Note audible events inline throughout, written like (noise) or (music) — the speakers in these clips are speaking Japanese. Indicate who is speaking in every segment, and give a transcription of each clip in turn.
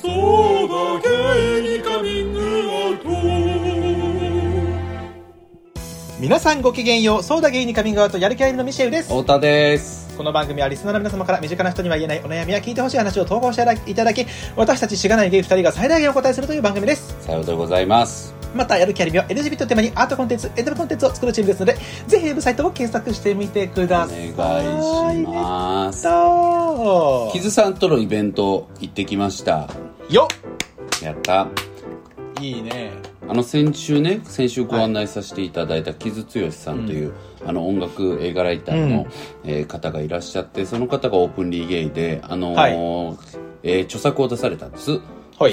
Speaker 1: そうだゲイにカミングアウト
Speaker 2: 皆さんごきげんよう、ソーダゲイにカミングアウトやる気ありのミシェルです。
Speaker 3: 太田です。
Speaker 2: この番組はリスナーの皆様から身近な人には言えないお悩みや聞いてほしい話を投稿していただき、私たちしがないゲイ2人が最大限お答えするという番組です。
Speaker 3: さようでございます。
Speaker 2: また、やる気ありみは LGBT をテーマにアートコンテンツ、エンタメコンテンツを作るチームですので、ぜひウェブサイトを検索してみてく
Speaker 3: お
Speaker 2: ださい。
Speaker 3: 願いしま
Speaker 2: ど
Speaker 3: す。
Speaker 2: う
Speaker 3: キズさんとのイベント行ってきました。
Speaker 2: よ
Speaker 3: やった。
Speaker 2: っいいね。
Speaker 3: あの先週ね、先週ご案内させていただいた木津剛さんという、あの音楽映画ライターの、えー方がいらっしゃって、その方がオープンリーゲイで、あのー
Speaker 2: はい
Speaker 3: えー著作を出されたんです。
Speaker 2: はい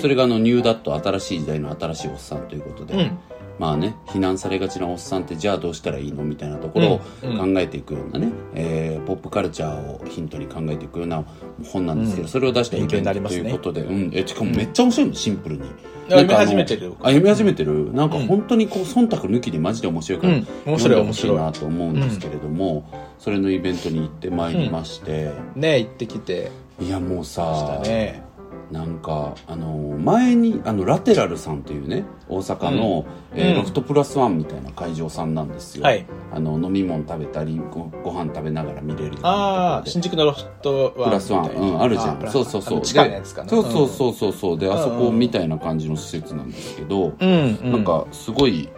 Speaker 3: それがあのニューダット新しい時代の新しいおっさんということで、
Speaker 2: うん
Speaker 3: まあね、非難されがちなおっさんってじゃあどうしたらいいのみたいなところを考
Speaker 2: うんう
Speaker 3: えていくようなね、えーポップカルチャーをヒントに考えていくような本なんですけど、それを出したイベントということで、うん、えしかもめっちゃ面白いの、シンプルに。
Speaker 2: や
Speaker 3: なんかあの
Speaker 2: 読み始めてる
Speaker 3: あ読み始めてるなんか本当にこう忖度抜きでマジで面白いから、
Speaker 2: うん面白い
Speaker 3: 読んでほしいなと思うんですけれども、それのイベントに行ってまいりまして、
Speaker 2: ねえ、行ってきて
Speaker 3: いやもう
Speaker 2: ま
Speaker 3: さ
Speaker 2: し、たね。
Speaker 3: なんかあの前にあのラテラルさんというね大阪の、えー
Speaker 2: うん
Speaker 3: ロフトプラスワンみたいな会場さんなんですよ、
Speaker 2: はい
Speaker 3: あの飲み物食べたりごご飯食べながら見れるような
Speaker 2: あ
Speaker 3: ところで
Speaker 2: あ、新宿のロフトは。
Speaker 3: プラスワン、うん、あるじゃ
Speaker 2: ープ
Speaker 3: ん
Speaker 2: ラス
Speaker 3: そうそうそう
Speaker 2: あの地下のやつか
Speaker 3: で
Speaker 2: な。
Speaker 3: そうそう
Speaker 2: う
Speaker 3: そうそうそうであそこみたいな感じの施設なんですけど、
Speaker 2: ん。うん、う
Speaker 3: なん、かすごい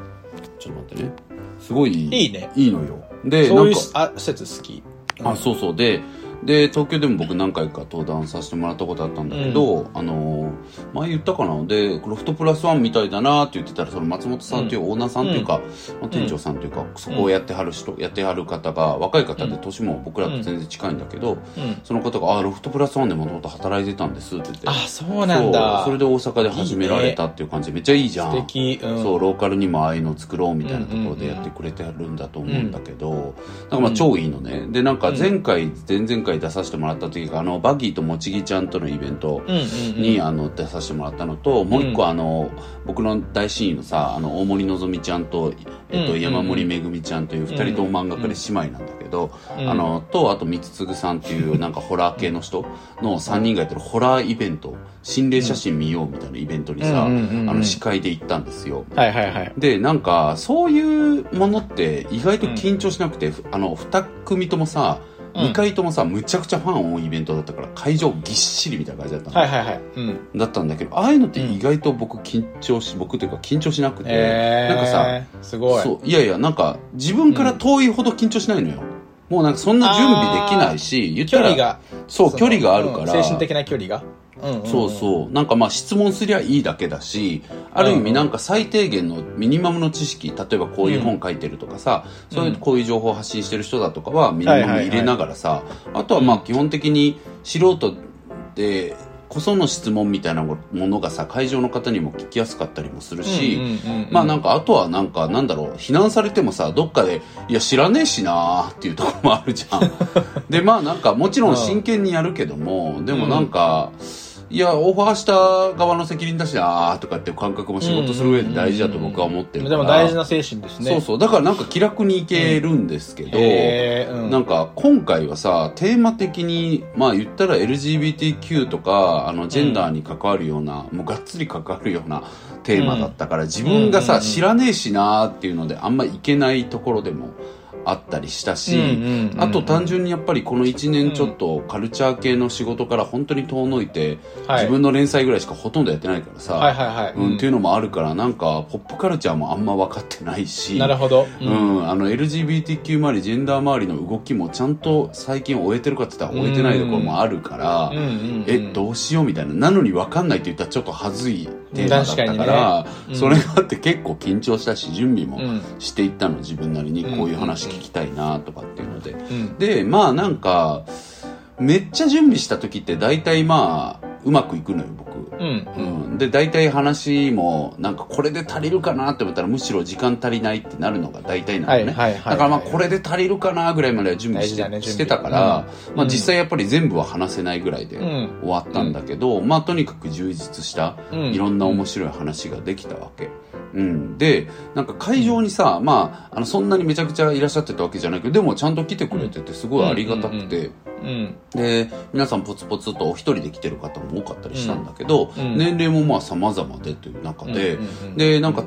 Speaker 3: ちょっと待ってねすごい
Speaker 2: いいね
Speaker 3: いいのよで
Speaker 2: そういう
Speaker 3: なんか
Speaker 2: あ施設好き。
Speaker 3: あそうそうでで東京でも僕何回か登壇させてもらったことあったんだけど、あのー前言ったかなでロフトプラスワンみたいだなって言ってたらその松本さんっていうオーナーさんっていうか、まあ店長さんっていうか、そこをやってはる人やってはる方が若い方で年も僕らと全然近いんだけど、
Speaker 2: うん。
Speaker 3: その方が「あロフトプラスワンでもともと働いてたんです」って言って
Speaker 2: あ、そうなんだ。
Speaker 3: そうそれで大阪で始められたっていう感じでめっちゃいいじゃん
Speaker 2: 素敵うん
Speaker 3: そうローカルにもああいうの作ろうみたいなところでやってくれてるんだと思うんだけど、なんかまあ超いいのねでなんか前回、前々回出させてもらった時があのバギーともちぎちゃんとのイベント
Speaker 2: うんうんうん。
Speaker 3: に、あの出させてもらったのともう一個あの、僕の大親友のさあの大森のぞみちゃんと,、えっと
Speaker 2: うん
Speaker 3: 山森めぐみちゃんという二人とも漫画家で姉妹なんだけど、
Speaker 2: うん
Speaker 3: あのとあと三つぐさんっていうなんかホラー系の人の三人がやってるホラーイベント心霊写真見ようみたいなイベントにさ、
Speaker 2: うんうんうんうん
Speaker 3: あの司会で行ったんですよ。
Speaker 2: はいはいはい。
Speaker 3: でなんかそういうものって意外と緊張しなくて、あの2組ともさ
Speaker 2: うん
Speaker 3: 2回ともさ、むちゃくちゃファン多いイベントだったから会場ぎっしりみたいな感じだったの、
Speaker 2: はいはいはい。うん。
Speaker 3: だったんだけどああいうのって意外と僕緊張し、僕というか緊張しなくて、
Speaker 2: えー、
Speaker 3: なんかさ
Speaker 2: すごい。
Speaker 3: そういやいやなんか自分から遠いほど緊張しないのよ、もうなんかそんな準備できないし言っ
Speaker 2: 距
Speaker 3: たら
Speaker 2: 離が。
Speaker 3: そう
Speaker 2: の
Speaker 3: 距離があるから、
Speaker 2: うん精神的な距離が。うんんん
Speaker 3: そうそうなんかまあ質問すりゃいいだけだしある意
Speaker 2: うんうん
Speaker 3: 味なんか最低限のミニマムの知識例えばこういう本書いてるとかさ、そういうこういう情報を発信してる人だとかはミニマム入れながらさ、あとはまあ基本的に素人でこその質問みたいなものがさ会場の方にも聞きやすかったりもするし、
Speaker 2: うんうんうん
Speaker 3: まあなんかあとはなんかなんだろう避難されてもさどっかでいや知らねえしなーっていうところもあるじゃ
Speaker 2: (laughs)
Speaker 3: んでまあなんかもちろん真剣にやるけども、でもなんか、いやオファーした側の責任だしなーとかっていう感覚も仕事する上で大事だと僕は思ってるか
Speaker 2: で
Speaker 3: ら、
Speaker 2: も大事な精神ですね。
Speaker 3: そうそうだからなんか気楽にいけるんですけど、
Speaker 2: へーうん
Speaker 3: なんか今回はさテーマ的にまあ言ったら LGBTQ とかあのジェンダーに関わるような、もうがっつり関わるようなテーマだったから、自分がさ、
Speaker 2: うんうんうん
Speaker 3: 知らねえしなーっていうのであんまいけないところでもあったりしたし、
Speaker 2: うんうんうん
Speaker 3: あと単純にやっぱりこの1年ちょっとカルチャー系の仕事から本当に遠のいて、
Speaker 2: はい
Speaker 3: 自分の連載ぐらいしかほとんどやってないからさ、
Speaker 2: はいはいはい。
Speaker 3: うん、っていうのもあるからなんかポップカルチャーもあんま分かってないし
Speaker 2: なるほど。
Speaker 3: う。ん、あの LGBTQ 周りジェンダー周りの動きもちゃんと最近終えてるかって言ったら終えてないところもあるから、
Speaker 2: うんうんうん
Speaker 3: えどうしようみたいななのに分かんないって言ったらちょっと恥ずいテーマだったから
Speaker 2: 確かにねうん
Speaker 3: それがあって結構緊張したし準備も
Speaker 2: うん
Speaker 3: していったの自分なりに
Speaker 2: うん
Speaker 3: こういう話聞きたいなとかっていうので、
Speaker 2: うん
Speaker 3: でまあなんかめっちゃ準備した時って大体まあうまくいくのよ僕。
Speaker 2: うん。
Speaker 3: うん、で大体話もなんかこれで足りるかなって思ったらむしろ時間足りないってなるのが大体なのね、
Speaker 2: はいはいはいはい
Speaker 3: だからまあこれで足りるかなぐらいまでは準備し
Speaker 2: 大事
Speaker 3: て,、
Speaker 2: だね準備
Speaker 3: してたから、まあ、実際やっぱり全部は話せないぐらいで
Speaker 2: ん
Speaker 3: 終わったんだけど、まあとにかく充実した
Speaker 2: うん
Speaker 3: いろんな面白い話ができたわけ、うん、でなんか会場にさ、まあ、あのそんなにめちゃくちゃいらっしゃってたわけじゃないけどでもちゃんと来てくれててすごいありがたくて、
Speaker 2: うん。
Speaker 3: で皆さんポツポツとお一人で来てる方も多かったりしたんだけど、
Speaker 2: うん
Speaker 3: 年齢もまあ様々でという中で、
Speaker 2: うんうんうん
Speaker 3: でなんか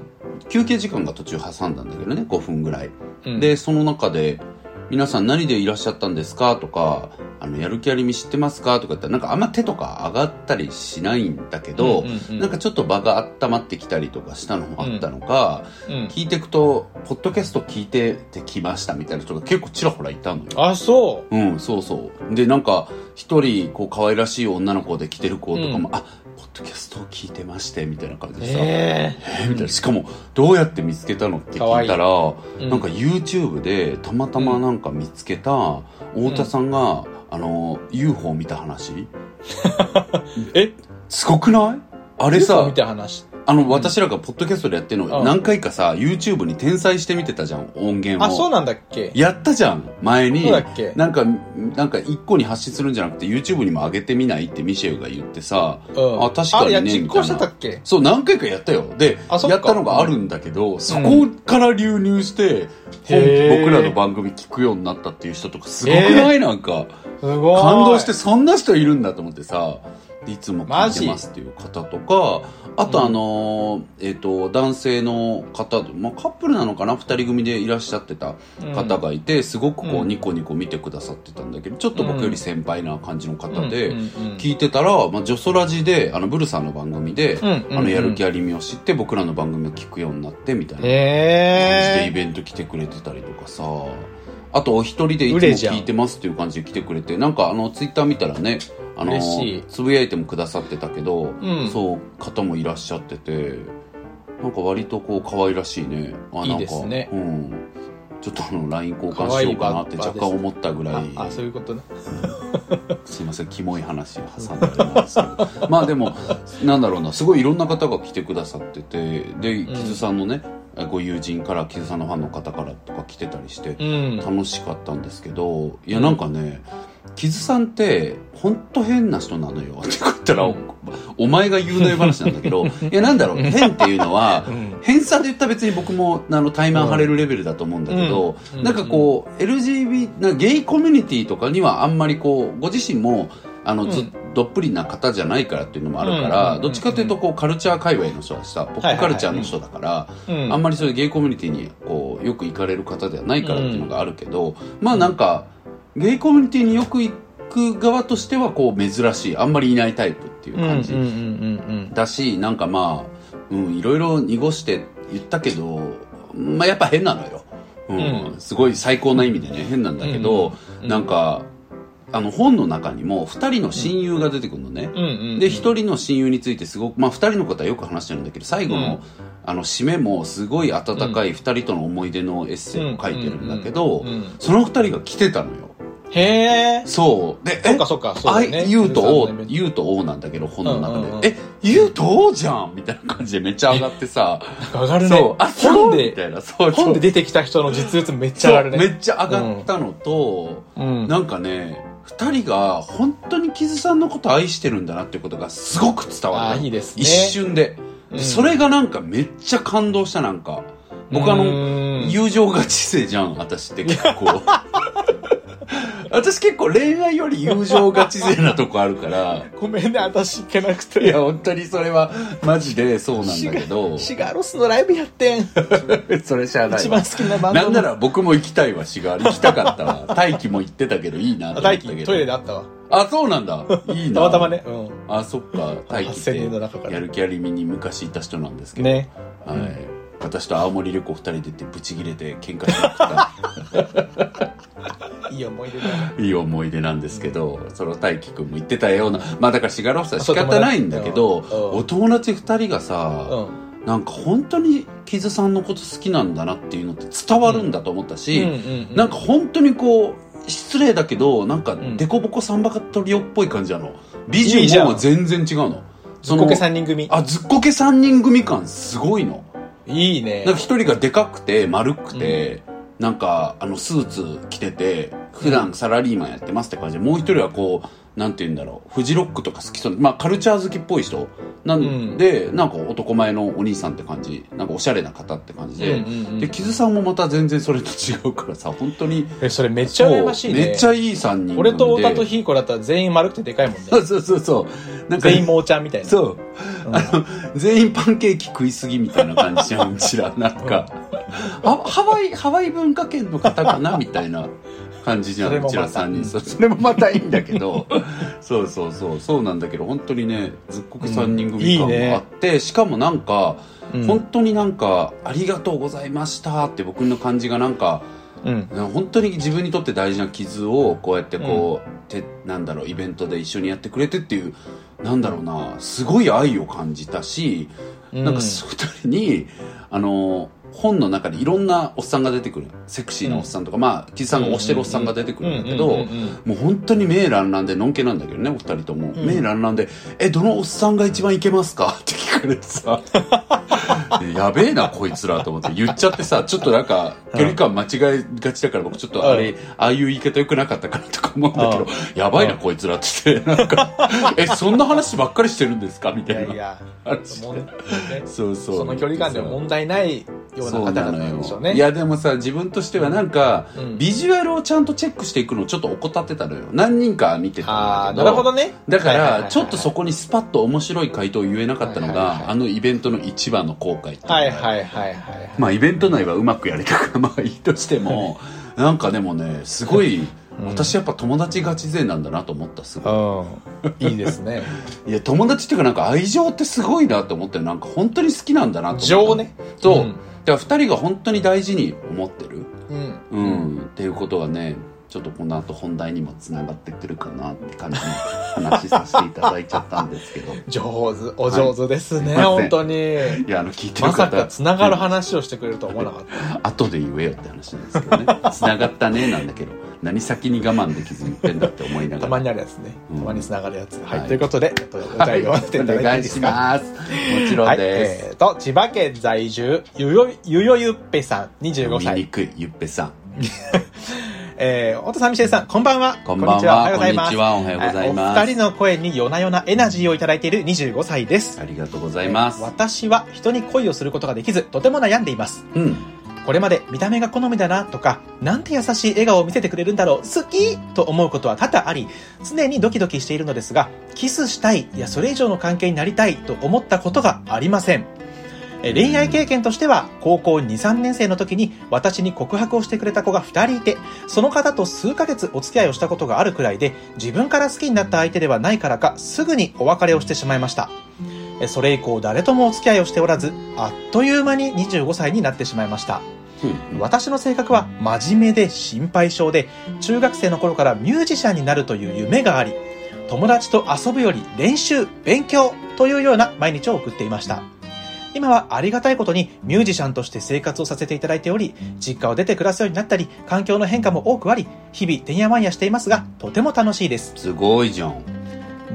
Speaker 3: 休憩時間が途中挟んだんだけどね5分ぐらい、
Speaker 2: うん
Speaker 3: でその中で「皆さん何でいらっしゃったんですか?」とか「あのやる気ありみ知ってますか?」とか言ったらなんかあんま手とか上がったりしないんだけど、
Speaker 2: うんうんうん
Speaker 3: なんかちょっと場が温まってきたりとかしたのもあったのか、
Speaker 2: うん
Speaker 3: 聞いてくと「ポッドキャスト聞いててきました」みたいな人が結構ちらほらいたのよ。
Speaker 2: あ、そ
Speaker 3: うん、そうそう。で、なんか、一人、こう、可愛らしい女の子で来てる子とかも、あ、ポッドキャストを聞いてまして、みたいな感じ
Speaker 2: う。
Speaker 3: でさ、
Speaker 2: え
Speaker 3: えーみたいな。しかも、どうやって見つけたのって聞いたら、
Speaker 2: いいうん
Speaker 3: なんか YouTube で、たまたまなんか見つけた、太田さんが、あの、UFO 見た話
Speaker 2: (laughs) え
Speaker 3: すごくないあ
Speaker 2: あ
Speaker 3: れさ
Speaker 2: 見、た話。
Speaker 3: あの、私らがポッドキャストでやってるの、
Speaker 2: うん
Speaker 3: 何回かさ、YouTube に転載してみてたじゃん、音源を。
Speaker 2: あ、そうなんだっけ
Speaker 3: やったじゃん前に
Speaker 2: そうだっけ
Speaker 3: なんかなんか一個に発信するんじゃなくて YouTube にも上げてみないってミシェルが言ってさ、
Speaker 2: うん
Speaker 3: あ確かにね
Speaker 2: あ、いや、実行してた
Speaker 3: み
Speaker 2: っけ
Speaker 3: そう何回かやったよで
Speaker 2: あそっか
Speaker 3: やったのがあるんだけど、そこから流入して、本
Speaker 2: へー
Speaker 3: 僕らの番組聞くようになったっていう人とかすごくないなんか
Speaker 2: すごい。
Speaker 3: 感動してそんな人いるんだと思ってさいつも聞いてますっていう方とかあとあのーえっ、と男性の方、まあ、カップルなのかな2人組でいらっしゃってた方がいて、すごくこ
Speaker 2: う
Speaker 3: うんニコニコ見てくださってたんだけどちょっと僕より先輩な感じの方で、
Speaker 2: うんうんうん
Speaker 3: 聞いてたら、まあ、ジョソラジであのブルさんの番組で、
Speaker 2: うんうんうん
Speaker 3: あのやる気ありみを知って僕らの番組を聞くようになってみたいな感じでイ
Speaker 2: へえ。
Speaker 3: ベント来てくれてたりとかさあとお一人でいつも
Speaker 2: うれじゃん
Speaker 3: 聞いてますっていう感じで来てくれてなんかあのツイッター見たらねあの
Speaker 2: 嬉しい
Speaker 3: つぶやいてもくださってたけど、
Speaker 2: ん
Speaker 3: そう方もいらっしゃっててなんか割とこう可愛らしいねあなんか
Speaker 2: いいですね
Speaker 3: うん、ちょっとあの LINE 交換しようかなって
Speaker 2: 可愛いバッバ
Speaker 3: 若
Speaker 2: です
Speaker 3: 干思ったぐらい
Speaker 2: あ、あそういうことね。
Speaker 3: すいませんキモい話を挟んでるんですけどまあでもなんだろうなすごいいろんな方が来てくださっててで
Speaker 2: ん
Speaker 3: キズさんのね、ご友人からキズさんのファンの方からとか来てたりして
Speaker 2: うん。
Speaker 3: 楽しかったんですけどいや
Speaker 2: うん
Speaker 3: なんかね、キズさんって本当変な人なのよって言ったら、
Speaker 2: うん
Speaker 3: お前が言うのよ話なんだけどいやなんだろう変っていうのは
Speaker 2: うん
Speaker 3: 偏差で言ったら別に僕もあの対マン張れるレベルだと思うんだけど、
Speaker 2: うん
Speaker 3: なんかこう LGBT なゲイコミュニティとかにはあんまりこうご自身もあのず、
Speaker 2: うん
Speaker 3: どっぷりな方じゃないからっていうのもあるか
Speaker 2: うんうんうん
Speaker 3: ら、
Speaker 2: うん
Speaker 3: どっちかというとこうカルチャー界隈の人はさポップカルチャーの人だから、
Speaker 2: うん
Speaker 3: あんまりそういうゲイコミュニティにこうよく行かれる方ではないからっていうのがあるけど、まあなんかゲイコミュニティによく行く側としてはこう珍しいあんまりいないタイプっていう感じ
Speaker 2: うんうんうんうん
Speaker 3: だしなんかまあ、うん、いろいろ濁して言ったけど、まあ、やっぱ変なのよ、うん
Speaker 2: う
Speaker 3: すごい最高な意味でね変なんだけど、
Speaker 2: うん
Speaker 3: なんかあの本の中にも2人の親友が出てくるのね、
Speaker 2: うん。うんうんうん。
Speaker 3: で1人の親友についてすごく、まあ、2人のことはよく話してるんだけど最後の,、
Speaker 2: うん
Speaker 3: あの締めもすごい温かい2人との思い出のエッセイを書いてるんだけど、
Speaker 2: うんうんうん
Speaker 3: その2人が来てたのよ
Speaker 2: へえ。
Speaker 3: そうで
Speaker 2: そっかそっか、そう
Speaker 3: あ
Speaker 2: だ
Speaker 3: い
Speaker 2: よね。
Speaker 3: 言うと
Speaker 2: う
Speaker 3: O
Speaker 2: ん、
Speaker 3: 言うと O なんだけど、本の中で。
Speaker 2: うんうんうん
Speaker 3: え、言うと O じゃんみたいな感じでめっちゃ上がってさ。
Speaker 2: 上がるね。
Speaker 3: そう、あ、そう
Speaker 2: 本
Speaker 3: み
Speaker 2: で、
Speaker 3: たいな。そう、
Speaker 2: 本で
Speaker 3: めっ
Speaker 2: 出てきた人の実物めっちゃ上がるね。
Speaker 3: めっちゃ上がったのと、
Speaker 2: うん。
Speaker 3: なんかね、二人が本当にキズさんのこと愛してるんだなっていうことがすごく伝わ
Speaker 2: あ
Speaker 3: る。
Speaker 2: いいですね。
Speaker 3: 一瞬で。
Speaker 2: うん
Speaker 3: それがなんかめっちゃ感動した、なんか。僕あの、
Speaker 2: の
Speaker 3: 友情が知性じゃん私って結
Speaker 2: (laughs)
Speaker 3: 構私結構恋愛より友情が知性なとこあるから
Speaker 2: ごめんね、私行けなく
Speaker 3: いや
Speaker 2: て。
Speaker 3: 本当にそれはマジでそうなんだけど
Speaker 2: シガーロスのライブやってん。
Speaker 3: それしゃあない
Speaker 2: 一
Speaker 3: わ
Speaker 2: 番好きなバンド
Speaker 3: な
Speaker 2: の。
Speaker 3: んなら僕も行きたいわシガール行きたかった
Speaker 2: (laughs)
Speaker 3: わ大輝も行ってたけどいいなと思っ
Speaker 2: あ、大
Speaker 3: たけ
Speaker 2: 輝
Speaker 3: ど
Speaker 2: トイレで会ったわ。
Speaker 3: あそうなんだいいな
Speaker 2: たまたまね。うん。
Speaker 3: あそっか大輝
Speaker 2: 8000人の中か
Speaker 3: って
Speaker 2: ら
Speaker 3: やる気ありみに昔いた人なんですけど、
Speaker 2: ね。
Speaker 3: はい私と青森旅行2人で行ってブチギレて喧嘩しまくった
Speaker 2: いい思い出だ。
Speaker 3: いい思い出なんですけど、その大輝くんも言ってたような、まあだからシガロフさん仕方ないんだけど、
Speaker 2: うん
Speaker 3: お友達二人が
Speaker 2: う
Speaker 3: さ、
Speaker 2: ん。
Speaker 3: なんか本当にキズさんのこと好きなんだなっていうのって伝わるんだと思ったし、なんか本当にこう、失礼だけど、なんか
Speaker 2: ん
Speaker 3: デコボコサンバカトリオっぽい感じなの。ビ
Speaker 2: いい
Speaker 3: ジ
Speaker 2: じ
Speaker 3: ュ
Speaker 2: ゃ
Speaker 3: も
Speaker 2: ん
Speaker 3: 全然違うの。そ
Speaker 2: ずっこ
Speaker 3: の
Speaker 2: け3人組。
Speaker 3: あ、ずっこけ三人組感すごいの。
Speaker 2: いいね
Speaker 3: なん。か一人がでかくて丸くて、なんかあのスーツ着てて普段サラリーマンやってますって感じでもう一人はこうなんて言うんだろう、フジロックとか好きそうな、まあカルチャー好きっぽい人なんで、なんか男前のお兄さんって感じ、なんかおしゃれな方って感じで、
Speaker 2: うんうんうん
Speaker 3: で、キズさんもまた全然それと違うからさ、本当に、
Speaker 2: えそれめっちゃ羨ましいね
Speaker 3: そうめっちゃいい3人組で。
Speaker 2: 俺と太田とひーこだったら全員丸くてでかいもんね
Speaker 3: (laughs) そうそうそうそう。なんか、
Speaker 2: 全員もーちゃんみたいな
Speaker 3: そう。あの、全員パンケーキ食いすぎみたいな感じじゃん、うちら。なんか、あハワイ、ハワイ文化圏の方かなみたいな感じじゃ
Speaker 2: それ
Speaker 3: ん、
Speaker 2: も
Speaker 3: う
Speaker 2: ま
Speaker 3: ち
Speaker 2: た
Speaker 3: ら3人。そうそれもまたいいんだけ
Speaker 2: (laughs)
Speaker 3: ど、そうそうそう、そうなんだけど、本当にね、ずっこく3人組
Speaker 2: う
Speaker 3: 感
Speaker 2: んいいね
Speaker 3: もあって、しかもなんか、
Speaker 2: うん
Speaker 3: 本当になんか、ありがとうございましたって僕の感じがなんか、
Speaker 2: うん
Speaker 3: 本当に自分にとって大事な傷をこうやってこう、てなんだろうイベントで一緒にやってくれてっていうなんだろうなすごい愛を感じたし、
Speaker 2: うん
Speaker 3: なんかそう二人にあの本の中でいろんなおっさんが出てくるセクシーなおっさんとか、まあ傷さんが推してるおっさんが出てくるんだけど、
Speaker 2: うんうんうんうん
Speaker 3: もう本当に名蘭なんでのんけなんだけどねお二人とも、名蘭なんで「えどのおっさんが一番いけますか?」って聞かれて
Speaker 2: (laughs)
Speaker 3: さやべえなこいつらと思って言っちゃってさちょっとなんか距離感間違えがちだから僕ちょっとあれ、
Speaker 2: う
Speaker 3: ああいう言い方良くなかったかなとか思うんだけど、
Speaker 2: うん
Speaker 3: やばいな、
Speaker 2: うん
Speaker 3: こいつらってなん
Speaker 2: (laughs)
Speaker 3: か「えそんな話ばっかりしてるんですか?」み
Speaker 2: い
Speaker 3: た
Speaker 2: や
Speaker 3: い
Speaker 2: い
Speaker 3: な
Speaker 2: や
Speaker 3: 話
Speaker 2: もうね
Speaker 3: そうそう
Speaker 2: その距離感では問題ないような
Speaker 3: そう
Speaker 2: 方
Speaker 3: な
Speaker 2: 々
Speaker 3: の
Speaker 2: なんでしょう
Speaker 3: よ。
Speaker 2: ね
Speaker 3: いやでもさ自分としてはなんか、
Speaker 2: うん
Speaker 3: ビジュアルをちゃんとチェックしていくのをちょっと怠ってたのよ何人か見て
Speaker 2: あ
Speaker 3: た
Speaker 2: あ
Speaker 3: んだけ
Speaker 2: な
Speaker 3: ど
Speaker 2: るほどね
Speaker 3: だか
Speaker 2: はいはいはいは
Speaker 3: ら
Speaker 2: い
Speaker 3: ちょっとそこにスパッと面白い回答を言えなかったのが、
Speaker 2: はいはいはい
Speaker 3: あのイベントの一番の後悔っていうのが
Speaker 2: はいはいはいはい
Speaker 3: まあイベント内はうまくやれたからまあいいとしてもなんかでもねすごい、
Speaker 2: うん
Speaker 3: 私やっぱ友達ガチ勢なんだなと思ったすごい
Speaker 2: うん、いいですね。
Speaker 3: いや友達っていうかなんか愛情ってすごいなと思ってなんか本当に好きなんだなと思った
Speaker 2: 情ね。
Speaker 3: そう、
Speaker 2: うん
Speaker 3: だから2人が本当に大事に思ってる
Speaker 2: うん。
Speaker 3: うん、っていうことがねちょっとこの後本題にもつながってくるかなって感じの話させていただいちゃったんです
Speaker 2: (laughs)
Speaker 3: けどい
Speaker 2: 上手、お上手ですね、
Speaker 3: はい
Speaker 2: 本当に。
Speaker 3: やあの聞いてる
Speaker 2: まさ
Speaker 3: 方、
Speaker 2: か繋がる話をしてくれるとは思わなかっ
Speaker 3: 後で言えよって話なんですけどねつながったねなんだけど何先に我慢できず言ってんだって思いな
Speaker 2: た。
Speaker 3: が
Speaker 2: た
Speaker 3: ら
Speaker 2: まにあるやつね。
Speaker 3: うん
Speaker 2: たまに繋がるやつ。は
Speaker 3: はい
Speaker 2: い。ということで、えっとお題を読ませていただ
Speaker 3: お
Speaker 2: いてい
Speaker 3: 願
Speaker 2: い
Speaker 3: い
Speaker 2: で
Speaker 3: し
Speaker 2: すか。
Speaker 3: ますもちろ
Speaker 2: は
Speaker 3: ん
Speaker 2: い、
Speaker 3: です、
Speaker 2: えーと、千葉県在住、ゆよ、ゆよゆっぺさん、25
Speaker 3: 見に
Speaker 2: 歳。
Speaker 3: くいゆっぺさん
Speaker 2: えー、おとさみしえさん、こんばんは。
Speaker 3: こんばんはこんにちはおはようございます
Speaker 2: えーお二人の声に夜な夜なエナジーをいただいている25歳です。
Speaker 3: ありがとうございます、
Speaker 2: 私は人に恋をすることができず、とても悩んでいます。
Speaker 3: うん
Speaker 2: これまで見た目が好みだなとか、なんて優しい笑顔を見せてくれるんだろう、好きと思うことは多々あり、常にドキドキしているのですが、キスしたい、いや、それ以上の関係になりたいと思ったことがありません。え恋愛経験としては、高校2、3年生の時に私に告白をしてくれた子が2人いて、その方と数ヶ月お付き合いをしたことがあるくらいで、自分から好きになった相手ではないからか、すぐにお別れをしてしまいました。えそれ以降誰ともお付き合いをしておらず、あっという間に25歳になってしまいました。
Speaker 3: うん
Speaker 2: 私の性格は真面目で心配性で、中学生の頃からミュージシャンになるという夢があり、友達と遊ぶより練習、勉強というような毎日を送っていました。今はありがたいことにミュージシャンとして生活をさせていただいており、実家を出て暮らすようになったり、環境の変化も多くあり、日々てんやわんやしていますが、とても楽しいです。
Speaker 3: すごいじゃん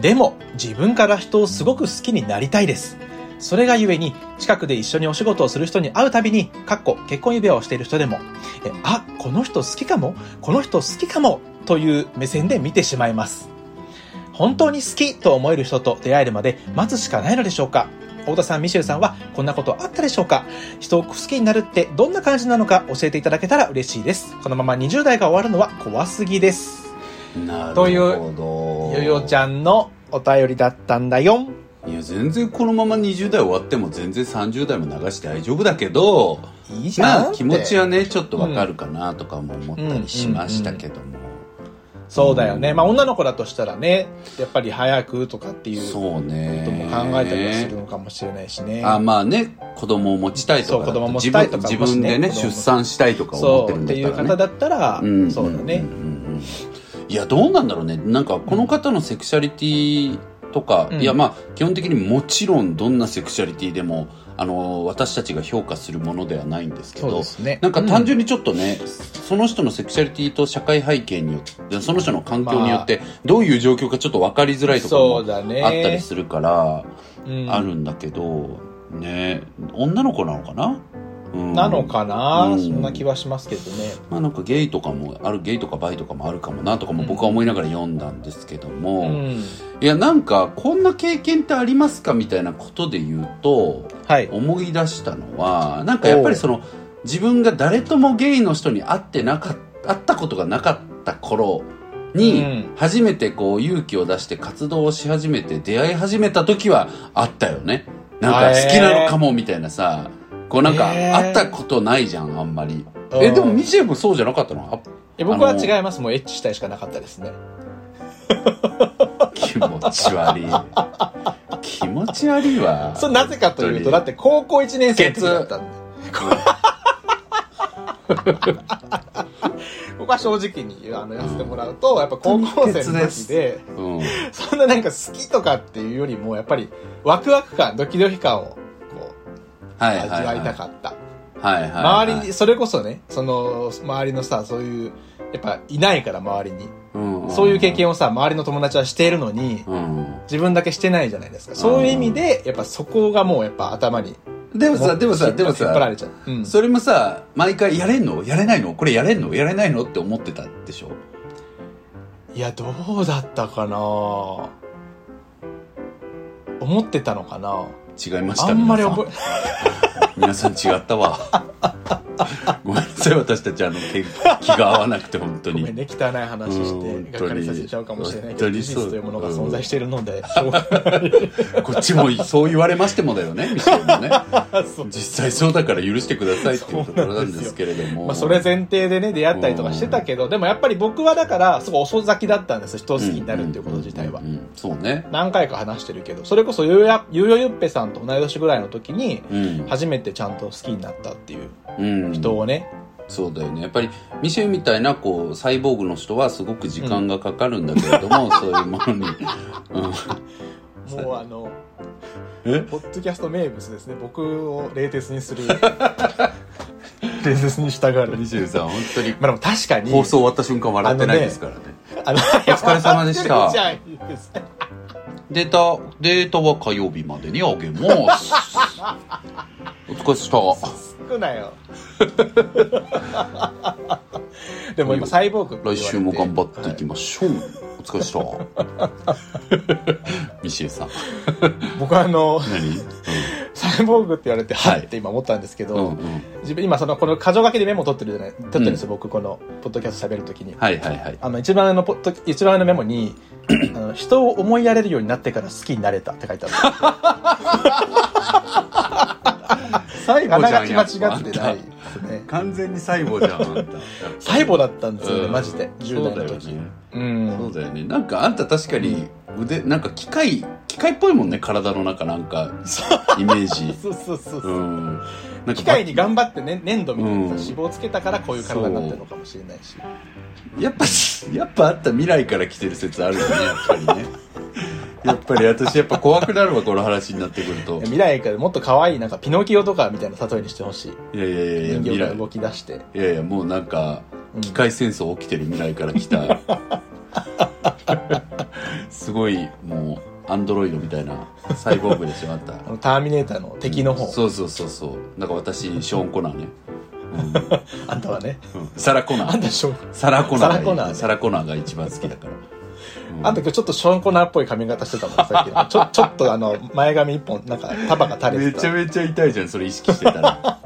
Speaker 2: でも自分から人をすごく好きになりたいです。それがゆえに近くで一緒にお仕事をする人に会うたびに、かっこ結婚指輪をしている人でも、えあ、この人好きかも、この人好きかもという目線で見てしまいます。本当に好きと思える人と出会えるまで待つしかないのでしょうか太田さん、ミシェルさんはこんなことあったでしょうか人を好きになるってどんな感じなのか教えていただけたら嬉しいです。このまま20代が終わるのは怖すぎです。
Speaker 3: なる
Speaker 2: という
Speaker 3: ほど
Speaker 2: よよちゃんのお便りだったんだよ。
Speaker 3: いや全然このまま20代終わっても全然30代も流して大丈夫だけど
Speaker 2: いいじゃん。
Speaker 3: まあ気持ちはねちょっとわかるかなとかも思ったりしましたけども、
Speaker 2: そうだよね。まあ女の子だとしたらね、やっぱり早くとかっていうこ
Speaker 3: そうね
Speaker 2: とも考えたりはするのかもしれないしね。
Speaker 3: あまあね子供を持ちたいとかだと
Speaker 2: そう子供持ちたいとか
Speaker 3: 自
Speaker 2: もし
Speaker 3: 分自分で
Speaker 2: ね
Speaker 3: ね
Speaker 2: 子供
Speaker 3: 出産したいとか思っ
Speaker 2: そ
Speaker 3: て
Speaker 2: う
Speaker 3: る
Speaker 2: っ
Speaker 3: ん
Speaker 2: て
Speaker 3: だ
Speaker 2: い
Speaker 3: っ
Speaker 2: う
Speaker 3: たら、ね、
Speaker 2: 方だったら、
Speaker 3: ん
Speaker 2: そうだね
Speaker 3: ん。うんうんいやどうなんだろうねなんかこの方のセクシャリティとか、
Speaker 2: うん
Speaker 3: いやまあ基本的にもちろんどんなセクシャリティでもあの私たちが評価するものではないんですけ
Speaker 2: そう
Speaker 3: ど
Speaker 2: ですね。
Speaker 3: なんか単純にちょっとね、その人のセクシャリティと社会背景によってその人の環境によってどういう状況かちょっと分かりづらいとこ
Speaker 2: そう
Speaker 3: ろも
Speaker 2: だね。
Speaker 3: あったりするから、
Speaker 2: うん
Speaker 3: あるんだけど、ね女の子なのかなうん
Speaker 2: なのかな、
Speaker 3: うん
Speaker 2: そんな気はしますけどね。
Speaker 3: まあなんかゲイとかもあるゲイとかバイとかもあるかもなとかも僕は思いながら読んだんですけども、
Speaker 2: うん、
Speaker 3: いやなんかこんな経験ってありますかみたいなことで言うと
Speaker 2: はい。
Speaker 3: 思い出したのはなんかやっぱりその自分が誰ともゲイの人に会ってなかっ会ったことがなかった頃に、
Speaker 2: うん
Speaker 3: 初めてこう勇気を出して活動をし始めて出会い始めた時はあったよねなんか好きなのかもみたいなさ、こうなんか
Speaker 2: へー
Speaker 3: 会ったことないじゃんあんまり、
Speaker 2: うん
Speaker 3: えでもミシェルもそうじゃなかったのあ
Speaker 2: え僕は違います。もうエッチしたいしかなかったですね。
Speaker 3: 気持ち
Speaker 2: (laughs)
Speaker 3: 悪い気持ち悪いわ
Speaker 2: それなぜかというと、だって高校1年生の時だったんで。僕は正直にあのやらせてもらうと、やっぱ高校生の時で、
Speaker 3: うん
Speaker 2: (laughs) そんななんか好きとかっていうよりも、やっぱりワクワク感、ドキドキ感をこう
Speaker 3: はいはい、
Speaker 2: 味
Speaker 3: はい。
Speaker 2: わいたかった。
Speaker 3: はいはい、はい。
Speaker 2: 周りに、それこそね、その周りのさ、そういう、やっぱいないから周りに。
Speaker 3: うんん
Speaker 2: そういう経験をさ、周りの友達はしているのに、
Speaker 3: うん。
Speaker 2: 自分だけしてないじゃないですか。そういう意味で、やっぱそこがもうやっぱ頭に。
Speaker 3: でもさ、でもさ、でも
Speaker 2: 引っ張ら
Speaker 3: さ、
Speaker 2: れちゃう。うん。
Speaker 3: それもさ、毎回やれんのやれないのこれやれんのやれないのって思ってたでしょ
Speaker 2: いや、どうだったかな思ってたのかな
Speaker 3: 違いました
Speaker 2: あんまり覚え、
Speaker 3: (laughs) 皆さん皆さん違ったわ。
Speaker 2: (laughs)
Speaker 3: ごめんなさい、私たち、あの、け気が合わなくて、本当
Speaker 2: ごめ
Speaker 3: に。
Speaker 2: んね、汚い話
Speaker 3: うん
Speaker 2: し
Speaker 3: 本
Speaker 2: て、
Speaker 3: 当に
Speaker 2: がっかりさせちゃうかもしれない
Speaker 3: 本
Speaker 2: けど、
Speaker 3: 当
Speaker 2: 事
Speaker 3: にそう
Speaker 2: 実というものが存在しているので、しょうがない。
Speaker 3: こっちも、そう言われましてもだよ
Speaker 2: (laughs)
Speaker 3: ね、ミシェルもね。
Speaker 2: そう
Speaker 3: 実際そうだから許してくださいっていうところなんですけれども。
Speaker 2: まあ、それ前提でね、出会ったりとかしてたけど、でもやっぱり僕はだから、すごい遅咲きだったんですよ。人を好きになるっていうこと自体は
Speaker 3: うん。うんうんうんそうね。
Speaker 2: 何回か話してるけど、それこそゆうや、ゆうよゆっぺさんと同い年ぐらいの時に、
Speaker 3: うん。
Speaker 2: 初めてちゃんと好きになったっていう
Speaker 3: うん
Speaker 2: 人をね、
Speaker 3: そうだよねやっぱりミシェルみたいなこうサイボーグの人はすごく時間がかかるんだけれど (laughs) も、そういうものに、うん、
Speaker 2: もうあの、
Speaker 3: え
Speaker 2: ポッドキャスト名物ですね。僕を冷徹に
Speaker 3: (laughs)
Speaker 2: する。冷徹に従う。
Speaker 3: ミシェルさん本当に
Speaker 2: まあでも確かに。
Speaker 3: 放送終わった瞬間笑ってないですからね
Speaker 2: あの、お疲
Speaker 3: れ様でした
Speaker 2: た。
Speaker 3: データデータは火曜日までにあげますお疲れっした
Speaker 2: つくなよ。 (laughs) でも今、サイボーグって言わ
Speaker 3: 来
Speaker 2: れて
Speaker 3: 週も頑張っていきましょう、お疲れっした (laughs) ミシェルさん
Speaker 2: はい僕はあの、
Speaker 3: 何
Speaker 2: サイボーグって言われて、
Speaker 3: はい
Speaker 2: はいって今思ったんですけ
Speaker 3: うんう
Speaker 2: ど、
Speaker 3: んうん
Speaker 2: 自分今その、この箇条書きでメモ取ってるじゃない、取ってるんですよ、僕、この、ポッドキャスト喋るときに。
Speaker 3: はいはいはい
Speaker 2: あの、一番上のポッド、一番上のメ
Speaker 3: (clears throat)
Speaker 2: モに、あの人を思いやれるようになってから好きになれたって書いてある。
Speaker 3: 最
Speaker 2: (laughs) あながち間違ってないですね。
Speaker 3: 完全に細胞じゃんあんた
Speaker 2: 最後だったんですよね、
Speaker 3: うん
Speaker 2: マジで。10代の
Speaker 3: そうだ
Speaker 2: 時。
Speaker 3: よね
Speaker 2: うん。
Speaker 3: そうだよね。なんかあんた確かに腕、なんか機械、機械っぽいもんね、体の中なんか、イメージ。
Speaker 2: そうそうそうそうう。
Speaker 3: ん。なんか
Speaker 2: 機械に頑張って、ね、粘土みたいな
Speaker 3: うん
Speaker 2: さ脂肪つけたからこういう体になってるのかもしれないし。
Speaker 3: やっぱ、やっぱあった未来から来てる説あるよね、やっぱりね。
Speaker 2: (laughs)
Speaker 3: やっぱり私やっぱ怖くなるわ、この話になってくる
Speaker 2: (laughs)
Speaker 3: と。
Speaker 2: 未来からもっと可愛い、なんかピノキオとかみたいな例えにしてほしい。
Speaker 3: いやいやいやいや、
Speaker 2: 人
Speaker 3: 未
Speaker 2: 形が
Speaker 3: 来。
Speaker 2: 動き出して。
Speaker 3: いやいや、もうなんか、
Speaker 2: うん
Speaker 3: 機械戦争起きてる未来から来た。
Speaker 2: (laughs)
Speaker 3: すごい、もう、アンドロイドみたいな、サイボーグでしょ、あんた。
Speaker 2: あの、ターミネーターの敵の方。
Speaker 3: そうそうそうそう。なんか私、ショーン・コナーね。
Speaker 2: あんたはね。
Speaker 3: うんサラ・コナ
Speaker 2: あん
Speaker 3: ー。
Speaker 2: たしょう、
Speaker 3: サラ・コナーがいい。
Speaker 2: サラコナーね
Speaker 3: サラコナーが一番好きだから。うん
Speaker 2: あんた今日ちょっとショーンコナーっぽい髪型してたもん、
Speaker 3: (laughs)
Speaker 2: さっきの。ちょ、ちょっとあの、前髪一本、なんか束が垂れ
Speaker 3: め
Speaker 2: て
Speaker 3: ちゃ
Speaker 2: た。
Speaker 3: めちゃ痛いじゃん、それ意識してたら。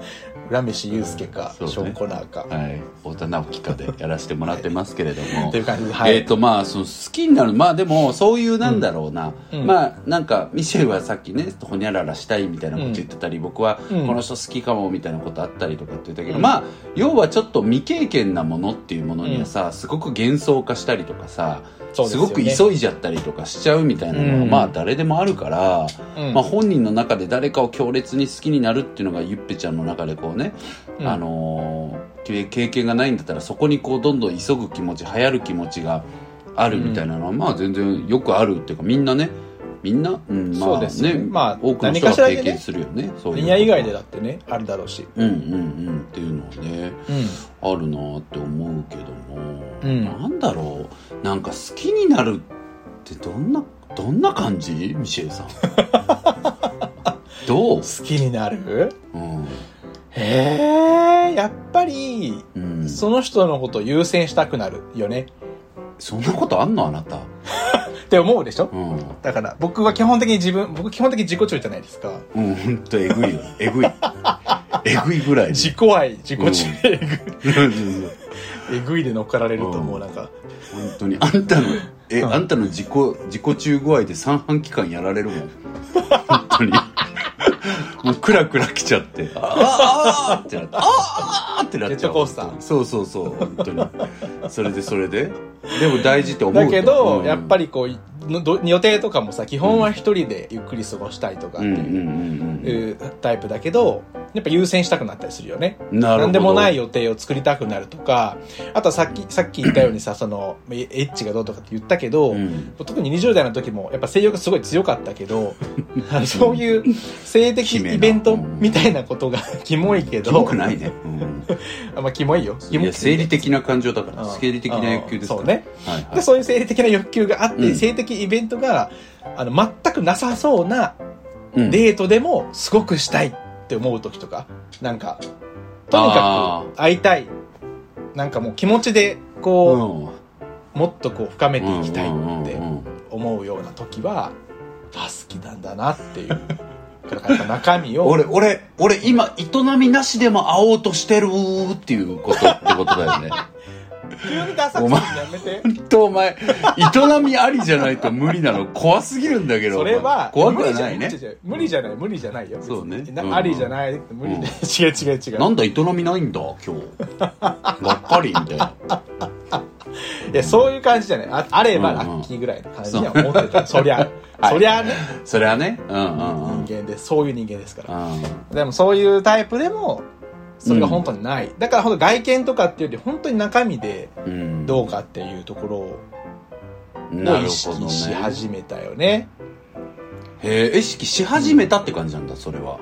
Speaker 2: 浦飯祐介か、
Speaker 3: そうね
Speaker 2: ショーンコナーか。
Speaker 3: はい。太田直樹かでやらせてもらってますけれども。
Speaker 2: っていう感じ (laughs) で、はい。
Speaker 3: えっ、とまあその好きになるまあでもそういうなんだろうな、
Speaker 2: うん
Speaker 3: まあなんかミシェルはさっきねほにゃららしたいみたいなこと言ってたり、僕はこ
Speaker 2: うん
Speaker 3: の人好きかもみたいなことあったりとかって言ったけど、
Speaker 2: うん
Speaker 3: まあ要はちょっと未経験なものっていうものにはさ、すごく幻想化したりとかさ
Speaker 2: そうですよね
Speaker 3: ごく急いじゃったりとかしちゃうみたいなのは、
Speaker 2: うん
Speaker 3: まあ誰でもあるから、
Speaker 2: うん
Speaker 3: まあ、本人の中で誰かを強烈に好きになるっていうのがゆっぺちゃんの中でこうね、
Speaker 2: うん
Speaker 3: あのー経経験がないんだったらそこにこうどんどん急ぐ気持ち流行る気持ちがあるみたいなのは、まあ全然よくあるっていうかみんなねみんな、うん、ま
Speaker 2: そう
Speaker 3: あ
Speaker 2: で
Speaker 3: ね
Speaker 2: すよねまあ
Speaker 3: 多くの
Speaker 2: 何
Speaker 3: 人
Speaker 2: か
Speaker 3: が
Speaker 2: しらで
Speaker 3: 経
Speaker 2: ね
Speaker 3: 験するよねそういう
Speaker 2: 恋愛以外でだってね、あるだろうし。
Speaker 3: うんうんうんっていうのはね
Speaker 2: う
Speaker 3: あるなって思うけども、
Speaker 2: うん。
Speaker 3: なんだろうなんか好きになるってどんなどんな感じ (laughs) ミシェルさんどうん
Speaker 2: 好きになる
Speaker 3: うん
Speaker 2: へえ、やっぱり、
Speaker 3: うん、そ
Speaker 2: その人のことを優先したくなるよね。
Speaker 3: んなことあんのあなた、
Speaker 2: って思うでしょ
Speaker 3: うん、うん
Speaker 2: だから、僕は基本的に自分、僕基本的に自己中じゃないですか。
Speaker 3: ほんとえぐいよえ (laughs) ぐいえぐいぐらい
Speaker 2: 自己愛、自己中、え
Speaker 3: うん
Speaker 2: (laughs) ぐえぐいで乗っかられると思う、
Speaker 3: うん
Speaker 2: なんか。
Speaker 3: 本当にあんたのえ、
Speaker 2: うん
Speaker 3: あんたの自己自己中具合で三半期間やられるもん本当に
Speaker 2: (laughs)
Speaker 3: もうクラクラ来ちゃってあーあーあーってなってあーあーってなっちゃう
Speaker 2: ジェットコースター
Speaker 3: そうそうそう本当にそれでそれででも大事って思う
Speaker 2: だけど、やっぱ
Speaker 3: り
Speaker 2: りこう、のど予定とかもさ、基本は一人でゆっくり過ごしたいとかっ
Speaker 3: う
Speaker 2: て
Speaker 3: んうん
Speaker 2: いう
Speaker 3: うんうん
Speaker 2: いうタイプだけど、やっぱ優先したくなったりするよね。
Speaker 3: なるほど
Speaker 2: なんでもない予定を作りたくなるとか、あとはさっき、さっき言ったようにさ、その、エエッチがどうとかって言ったけど、
Speaker 3: うん
Speaker 2: 特に20代の時もやっぱ性欲すごい強かった
Speaker 3: (laughs)
Speaker 2: けどそういう性的イベントみたいなことが (laughs) キモいけ
Speaker 3: キ
Speaker 2: ど
Speaker 3: モくないね、うん
Speaker 2: あまあキモいよキ
Speaker 3: い
Speaker 2: モ
Speaker 3: や生理的な感情だか
Speaker 2: う
Speaker 3: ら
Speaker 2: ん
Speaker 3: 生理的な欲求ですか
Speaker 2: そ
Speaker 3: ら
Speaker 2: うね
Speaker 3: はいは
Speaker 2: で
Speaker 3: い
Speaker 2: そういう生理的な欲求があって、
Speaker 3: うん
Speaker 2: 性的イベントがあの全くなさそうな
Speaker 3: うん
Speaker 2: デートでもすごくしたいって思う時とかなんかとに
Speaker 3: あ
Speaker 2: かく会いたいなんかもう気持ちで
Speaker 3: う
Speaker 2: こ
Speaker 3: ん
Speaker 2: う、もっとこう深めていきたいっ
Speaker 3: う
Speaker 2: て
Speaker 3: んうんうん
Speaker 2: 思うような時はあ好きなんだなっていうだからやっぱ中身を
Speaker 3: 俺、俺、俺今、営みなしでも会おうとしてるっていうことってことだよね。
Speaker 2: (laughs) 急にダサくするのや
Speaker 3: (laughs)
Speaker 2: めて
Speaker 3: ほんとお前、営みありじゃないと無理なの怖すぎるんだけど。
Speaker 2: それは
Speaker 3: お前怖くはないね。
Speaker 2: 無理じゃない無理じゃない無理じゃないよ
Speaker 3: そうね
Speaker 2: 別にな
Speaker 3: うん
Speaker 2: ありじゃない無理で、
Speaker 3: うん
Speaker 2: (laughs) 違う違う違う
Speaker 3: なんだ、営みないんだ、今日。がっかり、みたいな。
Speaker 2: いやそういう感じじゃないああれば
Speaker 3: うん
Speaker 2: ラ
Speaker 3: うん
Speaker 2: ッキーぐらいの感じには思ってた、そりゃ、
Speaker 3: (laughs) はい
Speaker 2: そりゃね
Speaker 3: それはね、うんうんうん。
Speaker 2: 人間でそういう人間ですから
Speaker 3: うん
Speaker 2: でもそういうタイプでもそれが本当にない、だから本当外見とかっていうより本当に中身で
Speaker 3: うん。
Speaker 2: どうかっていうところを
Speaker 3: なる
Speaker 2: 意
Speaker 3: ほど
Speaker 2: 識
Speaker 3: ね。
Speaker 2: し始めたよね
Speaker 3: へえ、意識し始めたって感じなんだ、それは。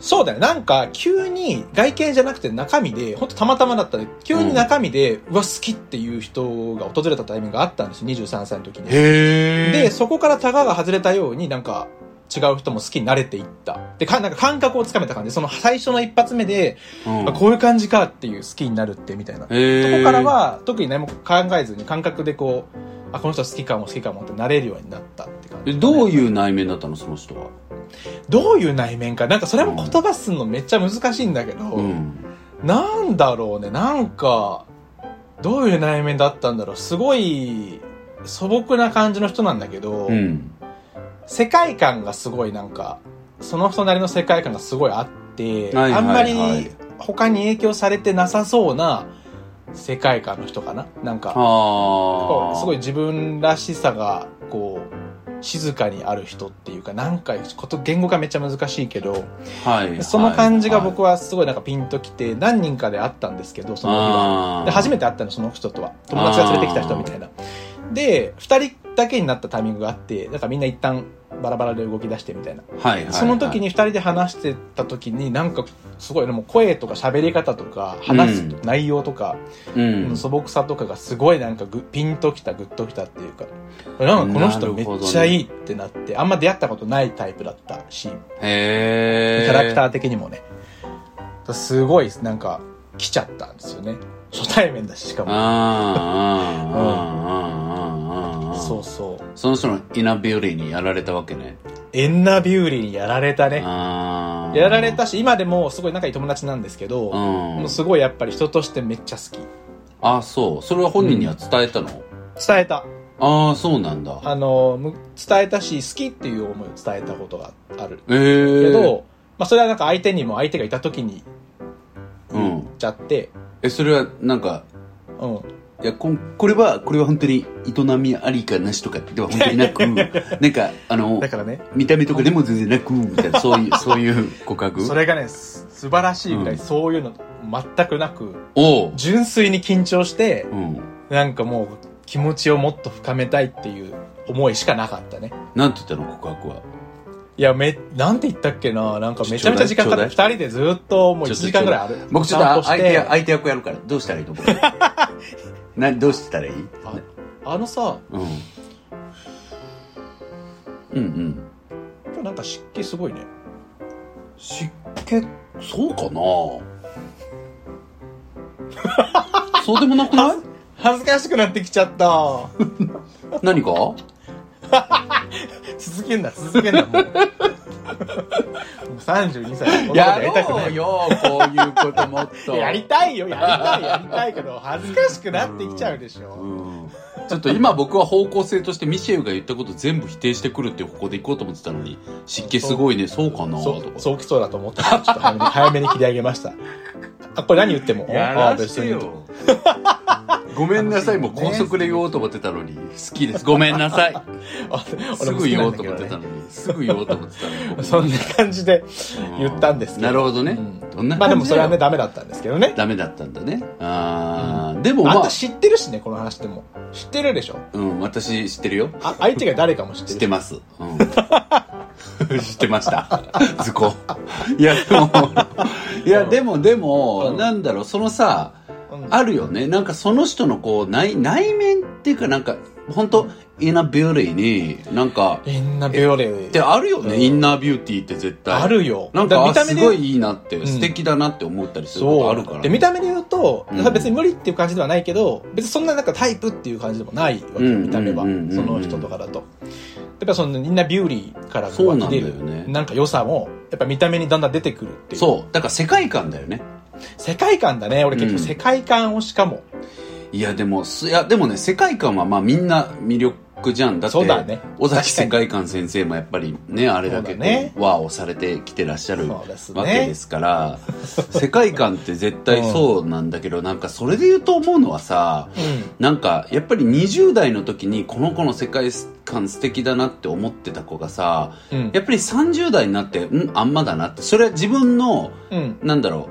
Speaker 2: そうだよ。なんか、急に、外見じゃなくて中身で、ほんとたまたまだったで、急に中身で、うわ、好きっていう人が訪れたタイミングがあったんです23歳の時に。
Speaker 3: へえ。
Speaker 2: で、そこからタガが外れたように、なんか、違う人も好きになれていった。で、か、なんか感覚をつかめた感じ。その最初の一発目で、
Speaker 3: うん、
Speaker 2: あこういう感じかっていう好きになるって、みたいな。そこ
Speaker 3: へえ
Speaker 2: から、は、特に何も考えずに感覚でこう、あ、この人好きかも好きかもってなれるようになったって感じ、
Speaker 3: えどう
Speaker 2: う
Speaker 3: いう内面だったの、その人は。
Speaker 2: どういう内面か。なんかそれも言葉すんのめっちゃ難しいんだけど、
Speaker 3: うん。
Speaker 2: なんだろうね、なんか、どういう内面だったんだろう。すごい素朴な感じの人なんだけど、
Speaker 3: うん。
Speaker 2: 世界観がすごいなんか、その人なりの世界観がすごいあって、
Speaker 3: はいはいはい
Speaker 2: あんまり他に影響されてなさそうな世界観の人かな。なんか、
Speaker 3: あ
Speaker 2: こ
Speaker 3: あ。
Speaker 2: うすごい自分らしさが、こう、静かにある人っていうか、なんかこと、言語がめっちゃ難しいけど、
Speaker 3: はいはい。
Speaker 2: その感じが僕
Speaker 3: は
Speaker 2: はすごいなんかピンときて、何人かで会ったんですけど、その日は。で、初めて会ったの、その人とは。友達が連れてきた人みたいな。で、二人だけになったタイミングがあって、だからみんな一旦バラバラで動き出してみたいな。
Speaker 3: て、はいはい
Speaker 2: その時に二人で話してた時に、なんかすごい、でも声とか喋り方とか、話す
Speaker 3: うん
Speaker 2: 内容とか、
Speaker 3: うん、
Speaker 2: 素朴さとかがすごいなんかぐピンときた、グッときたっていうか、なんかこの人めっちゃいいってなって、あんま出会ったことないタイプだったし、
Speaker 3: へえ
Speaker 2: キャラク
Speaker 3: ー
Speaker 2: ター的にもね。すごい、なんか、来ちゃったんですよね。初対面だし、しかも。
Speaker 3: あーあーあーあーあーあー
Speaker 2: そうそう。
Speaker 3: その人のイナビューリーにやられたわけね
Speaker 2: エンナビューリーにやられたね。
Speaker 3: あー
Speaker 2: やられたし、今でもすごい仲いい友達なんですけど、
Speaker 3: う
Speaker 2: も
Speaker 3: ん
Speaker 2: うすごいやっぱり人としてめっちゃ好き。
Speaker 3: あそうそれは本人には伝えたの、
Speaker 2: 伝えた。
Speaker 3: ああそうなんだ
Speaker 2: あの、む伝えたし、好きっていう思いを伝えたことがある。
Speaker 3: ええー、
Speaker 2: けど、まあそれはなんか相手にも相手がいた時に言っちゃって、
Speaker 3: えそれはなんか
Speaker 2: うん。
Speaker 3: いやこんこれはこれは本当に営みありかなしとかでは本当になくなんかあの
Speaker 2: だからね、
Speaker 3: 見た目とかでも全然なくみ
Speaker 2: (laughs)
Speaker 3: たいなそういうそういう告白
Speaker 2: それがね、す素晴らしいぐら
Speaker 3: う
Speaker 2: い
Speaker 3: ん
Speaker 2: そういうの全くなく、
Speaker 3: おう
Speaker 2: 純粋に緊張して、
Speaker 3: うん
Speaker 2: なんかもう気持ちをもっと深めたいっていう思いしかなかったね。
Speaker 3: なんて言ったの告白はい
Speaker 2: や、め、なんて言ったっけななんかめちゃめちゃ時間かかっ
Speaker 3: ち
Speaker 2: た。二人でずっともう
Speaker 3: ちょ
Speaker 2: 1
Speaker 3: っと
Speaker 2: 時間ぐらいある。
Speaker 3: 僕ちょっと相手や
Speaker 2: あ
Speaker 3: 相手役やるからどうしたらいいの
Speaker 2: (laughs)
Speaker 3: 僕などうしたらいい、
Speaker 2: ああのさ、
Speaker 3: うん、うんうん
Speaker 2: 今日なんか湿気すごいね。
Speaker 3: 湿気そう
Speaker 2: (laughs)
Speaker 3: かなそうでもなくない
Speaker 2: は恥ずかしくなってきちゃった。
Speaker 3: 何
Speaker 2: (laughs)
Speaker 3: か
Speaker 2: 続けんな、続けんな、もう。もう32歳。こんなことやりたくない
Speaker 3: よ、こういうこともっと
Speaker 2: (laughs) やりたいよ、やりたい、やりたいけど、恥ずかしくなってきちゃうでしょ。
Speaker 3: うんちょっと今僕は方向性としてミシェルが言ったこと全部否定してくるっていう方向で行こうと思ってたの
Speaker 2: (laughs)
Speaker 3: に湿気すごいねそうかな
Speaker 2: そ
Speaker 3: と
Speaker 2: う、
Speaker 3: か
Speaker 2: そうきそうだと思ったから、ちょっと早めに早めに切り上げました。あ、これ何言っても、ああ、別に。
Speaker 3: (laughs) ごめんなさいもう
Speaker 2: 楽しいよね
Speaker 3: 高速で言おうと思ってたのに好きですごめんなさい
Speaker 2: あ
Speaker 3: (laughs) すぐ言おうと思って。た
Speaker 2: 俺も好きなんだ
Speaker 3: のにすぐ言おうと思ってたのにごめ
Speaker 2: けどね
Speaker 3: ん
Speaker 2: (laughs) そんな感じで言ったんですけど。
Speaker 3: なるほどね、
Speaker 2: うん
Speaker 3: どんな感じだよ
Speaker 2: まあでもそれはね、ダメだったんですけどね。
Speaker 3: ダメだったんだねあー、でも
Speaker 2: あん
Speaker 3: まあ
Speaker 2: た知ってるしね、この話でも。知ってるでしょ。
Speaker 3: うん、私知ってるよ
Speaker 2: あ相手が誰かも知って
Speaker 3: 知
Speaker 2: る。
Speaker 3: ってます。
Speaker 2: (laughs)
Speaker 3: うん、知ってました。図工。いや、でも、いや、でも、でも、
Speaker 2: うん
Speaker 3: なんだろう、そのさ、
Speaker 2: うん
Speaker 3: あるよね。なんかその人のこう、内、内面っていうかなんか、本当インナービューティーに、なんか、
Speaker 2: みんなビオレっ
Speaker 3: ってあるよね、
Speaker 2: うん
Speaker 3: インナービューティーって絶対。
Speaker 2: あるよ。
Speaker 3: なんか、
Speaker 2: だ
Speaker 3: あ
Speaker 2: ら
Speaker 3: すごいいいなっ
Speaker 2: う
Speaker 3: て、
Speaker 2: ん
Speaker 3: 素敵だなって思ったりすること
Speaker 2: そ
Speaker 3: あ
Speaker 2: う
Speaker 3: るから。
Speaker 2: で見た目で言うと、
Speaker 3: うん
Speaker 2: 別に無理っていう感じではないけど別にそんななんかタイプっていう感じでもないわけよ
Speaker 3: うん
Speaker 2: 見た目は
Speaker 3: う
Speaker 2: そ
Speaker 3: んうんうん
Speaker 2: の人とかだとやっぱそのみんなビューリーからこう
Speaker 3: そうなんだよね
Speaker 2: 湧き出るなんか良さもやっぱ見た目にだんだん出てくるっていう
Speaker 3: そう。だから世界観だよね。
Speaker 2: 世界観だね俺結構
Speaker 3: うん
Speaker 2: 世界観をしかも、
Speaker 3: いや、でも、すいや、でもね、世界観はまあみんな魅力じゃん。だって、
Speaker 2: そうだね
Speaker 3: 尾崎世
Speaker 2: 確か
Speaker 3: 界
Speaker 2: に
Speaker 3: 観先生もやっぱりね、あれだけ
Speaker 2: そうだね
Speaker 3: こう、和をされてきてらっしゃる
Speaker 2: そ
Speaker 3: わ
Speaker 2: うですね
Speaker 3: けですから、世界観って絶対そうなんだけど、なんかそれで言うと思うのはさ、なんかやっぱり20代の時にこの子の世界観素敵だなって思ってた子がさ、
Speaker 2: うんうん
Speaker 3: やっぱり30代になって、うん、あんまだなって、それは自分の、
Speaker 2: うん
Speaker 3: なんだろ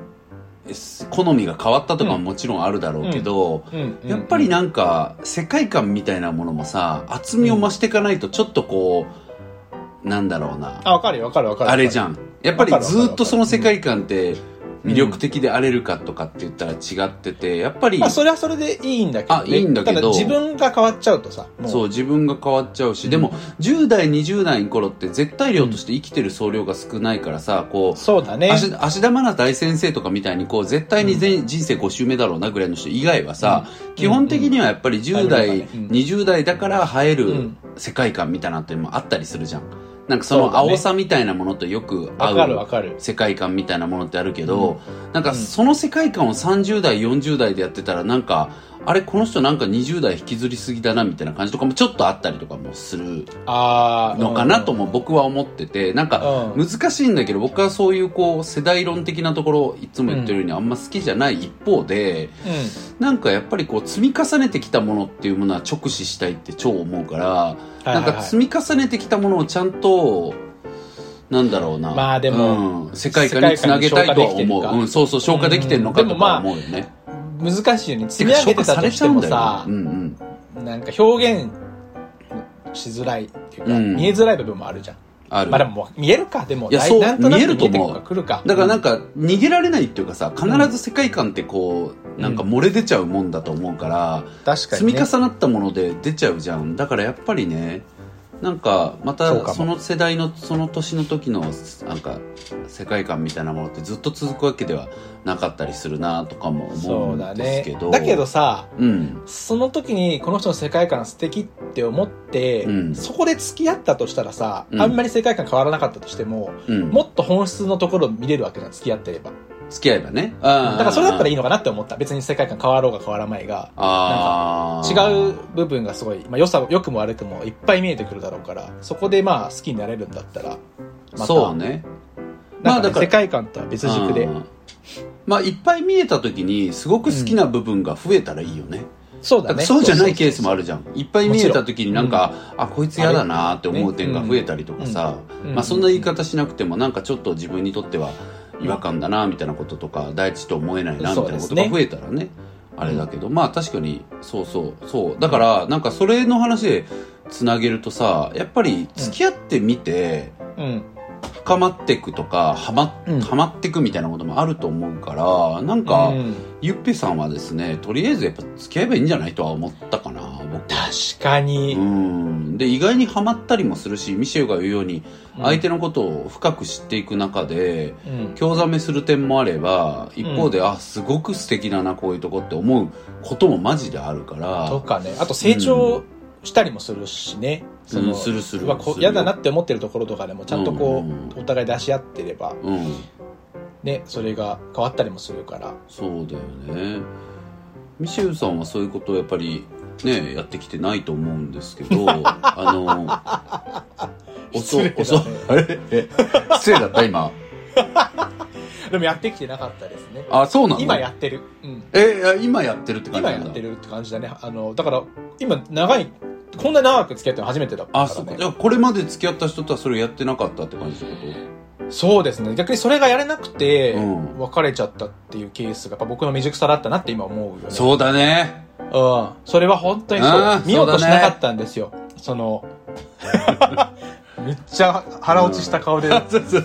Speaker 3: う、好みが変わったとかももちろんあるだろうけど、
Speaker 2: うんうん
Speaker 3: やっぱりなんか世界観みたいなものもさ厚みを増していかないとちょっとこうなんだろうな
Speaker 2: あわかるよわかるわかる
Speaker 3: あれじゃ
Speaker 2: ん
Speaker 3: んやっぱり
Speaker 2: わかるわかる
Speaker 3: ずっとその世界観って魅力的であれるかとかって言ったら違っててやっぱり
Speaker 2: まあそれはそれでいいんだけどね、
Speaker 3: あいいんだけど
Speaker 2: ただ自分が変わっちゃうとさもう
Speaker 3: そう自分が変わっちゃうしでも10代20代の頃って絶対量として生きてる総量が少ないからさこう
Speaker 2: そうだね
Speaker 3: 芦芦田愛菜大先生とかみたいにこう絶対に全、人生5周目だろうなぐらいの人以外はさ、基本的にはやっぱり10代、
Speaker 2: うんうん
Speaker 3: 20代だから映え
Speaker 2: う
Speaker 3: る
Speaker 2: ん
Speaker 3: 世界観みたいなのってもあったりするじゃん。なんかそ
Speaker 2: そう
Speaker 3: の
Speaker 2: だね
Speaker 3: 青さみたいなものとよく
Speaker 2: わかるわ
Speaker 3: 合う
Speaker 2: かる
Speaker 3: 世界観みたいなものってあるけど、なんかその世界観を30代40代でやってたらなんかあれこの人なんか20代引きずりすぎだなみたいな感じとかもちょっとあったりとかもする
Speaker 2: あー
Speaker 3: のかなとも僕は思っててなんか
Speaker 2: うん
Speaker 3: 難しいんだけど僕はそういうこう世代論的なところをいつも言ってるようにあんま好きじゃない一方で
Speaker 2: うん
Speaker 3: なんかやっぱりこう積み重ねてきたものっていうものは直視したいって超思うから
Speaker 2: はいは
Speaker 3: ないんか積み重ねてきたものをちゃんとなんだろうな
Speaker 2: まあでも
Speaker 3: うん世界観につなげたいとは
Speaker 2: 世界観に消
Speaker 3: 思
Speaker 2: 化できてるか
Speaker 3: ううんそうそう消化できてるのかとかは思うよね
Speaker 2: 難しいよね積
Speaker 3: て
Speaker 2: み
Speaker 3: か
Speaker 2: 上げ
Speaker 3: 消
Speaker 2: て
Speaker 3: 化さ
Speaker 2: たと
Speaker 3: れ
Speaker 2: し
Speaker 3: ち
Speaker 2: て
Speaker 3: ゃうん
Speaker 2: も
Speaker 3: だよ
Speaker 2: さ、
Speaker 3: うんうん
Speaker 2: なんか表現しづらいっていうか、
Speaker 3: うん
Speaker 2: 見えづらい部分もあるじゃん、
Speaker 3: ある
Speaker 2: まあでももう見えるかでも
Speaker 3: いや
Speaker 2: だ
Speaker 3: そう
Speaker 2: なんとなく
Speaker 3: 見えると思う
Speaker 2: 見えてくるか来るか
Speaker 3: だからなん
Speaker 2: か、
Speaker 3: か逃げられないっていうかさ必ず世界観ってこうなんか漏れ出ちゃうもんだと思うから、
Speaker 2: うん確か
Speaker 3: 積
Speaker 2: に、ね、
Speaker 3: み重なったもので出ちゃうじゃんだからやっぱりねなんかま
Speaker 2: そう
Speaker 3: た
Speaker 2: かも
Speaker 3: その世代のその年の時のなんか世界観みたいなものってずっと続くわけではなかったりするなとかも思
Speaker 2: そううんだ
Speaker 3: ですけ
Speaker 2: ね
Speaker 3: ど
Speaker 2: だけどさ
Speaker 3: うん
Speaker 2: その時にこの人の世界観素敵って思って、
Speaker 3: うん
Speaker 2: そこで付き合ったとしたらさ、
Speaker 3: うん
Speaker 2: あんまり世界観変わらなかったとしても、
Speaker 3: うん
Speaker 2: もっと本質のところを見れるわけじゃん付き合ってれば
Speaker 3: 付き合えばねだ
Speaker 2: だからそれだったらい
Speaker 3: い
Speaker 2: いのかなって思った別に世界観変わろうが変わらないが
Speaker 3: あ
Speaker 2: 違
Speaker 3: ー
Speaker 2: う部分がすごい、まあ、良さ良くも悪くもいっぱい見えてくるだろうからそこでまあ好きになれるんだったらまた
Speaker 3: そうね
Speaker 2: なん
Speaker 3: まあだ
Speaker 2: か
Speaker 3: から
Speaker 2: ね世界観とは別軸で
Speaker 3: うんまあいっぱい見えた時にすごく好きな部分が増えたらいいよね、
Speaker 2: そう
Speaker 3: だ
Speaker 2: だ
Speaker 3: から
Speaker 2: ね
Speaker 3: そうじゃないケースもあ
Speaker 2: る
Speaker 3: るじゃんいっぱい見えた時になんか、あこいつ嫌だなーって思う点が増えたりとかさ、
Speaker 2: うんうん
Speaker 3: まあ、そんな言い方しなくてもなんかちょっと自分にとっては違和感だなみたいなこととか第一と思えないなみたいなことが増えたらねあれだけど、まあ確かにそうそうそうだからなんかそれの話でつなげるとさやっぱり付き合ってみて、
Speaker 2: うん
Speaker 3: 深まっていくとかはま,、
Speaker 2: うん
Speaker 3: はまっていくみたいなこともあると思うからなんか、
Speaker 2: うん
Speaker 3: ゆっぺさんはですねとりあえずやっぱ付き合えばいいんじゃないとは思ったかな僕は
Speaker 2: 確かに、
Speaker 3: うんで意外にはまったりもするしミシェルが言うように相手のことを深く知っていく中で
Speaker 2: うん
Speaker 3: 興ざめする点もあれば一方で、あすごく素敵だなこういうとこって思うこともマジであるから
Speaker 2: とかねあと成長したりもするしね、その
Speaker 3: うんするする
Speaker 2: まあこ
Speaker 3: するよ
Speaker 2: 嫌だなって思ってるところとかでもちゃんとこう、
Speaker 3: うんうんうん
Speaker 2: お互い出し合ってれば
Speaker 3: うん、
Speaker 2: ねそれが変わったりもするから
Speaker 3: そうだよねミシェルさんはそういうことをやっぱりねやってきてないと思うんですけ
Speaker 2: (laughs)
Speaker 3: どあのおそ
Speaker 2: 失礼だね
Speaker 3: おそあれえ失礼だった今
Speaker 2: でもやってきてなかったですね
Speaker 3: あそうなんだ
Speaker 2: 今やってる、うん、
Speaker 3: えあ今やってるって感じ
Speaker 2: 今
Speaker 3: なんだ
Speaker 2: やってるって感じだねあのだから今長いこんな長く付き合ってるの初めてだから、
Speaker 3: あ
Speaker 2: ね、
Speaker 3: そうかじゃあこれまで付き合った人とはそれをやってなかったって感じってこ
Speaker 2: そうですね逆にそれがやれなくて
Speaker 3: うん
Speaker 2: 別れちゃったっていうケースがやっぱ僕の未熟さだったなって今思うよね
Speaker 3: とそうだ
Speaker 2: (laughs)
Speaker 3: ね
Speaker 2: うん、それは本当にそ
Speaker 3: あ
Speaker 2: う
Speaker 3: ー
Speaker 2: 見ようとし
Speaker 3: そうだ
Speaker 2: な
Speaker 3: ね
Speaker 2: かったんですよそ,、の (laughs) めっちゃ腹落ちした
Speaker 3: (laughs)
Speaker 2: 顔で「
Speaker 3: そうそうそう